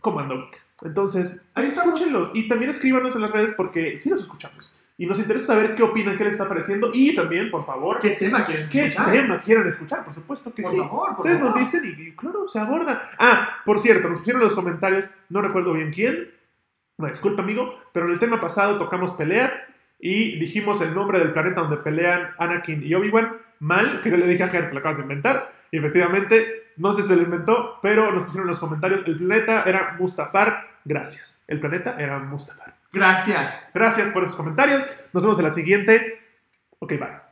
Speaker 1: como Ando Geek. Entonces,
Speaker 2: Ahí estamos.
Speaker 1: escúchenlos y también escríbanos en las redes porque sí los escuchamos. Y nos interesa saber qué opinan, qué les está pareciendo y también, por favor, qué,
Speaker 2: ¿Qué tema quieren escuchar?
Speaker 1: tema quieren escuchar. Por supuesto que
Speaker 2: Por
Speaker 1: sí.
Speaker 2: favor, por
Speaker 1: Ustedes
Speaker 2: favor.
Speaker 1: nos dicen y, y claro, se aborda. Ah, por cierto, nos pusieron en los comentarios, no recuerdo bien quién, una disculpa amigo, pero en el tema pasado tocamos peleas y dijimos el nombre del planeta donde pelean Anakin y Obi-Wan mal, que yo le dije a Ger, te lo acabas de inventar, y efectivamente, no sé si se lo inventó, pero nos pusieron en los comentarios, el planeta era Mustafar, gracias. El planeta era Mustafar.
Speaker 2: Gracias.
Speaker 1: Gracias por esos comentarios, nos vemos en la siguiente. Ok, bye.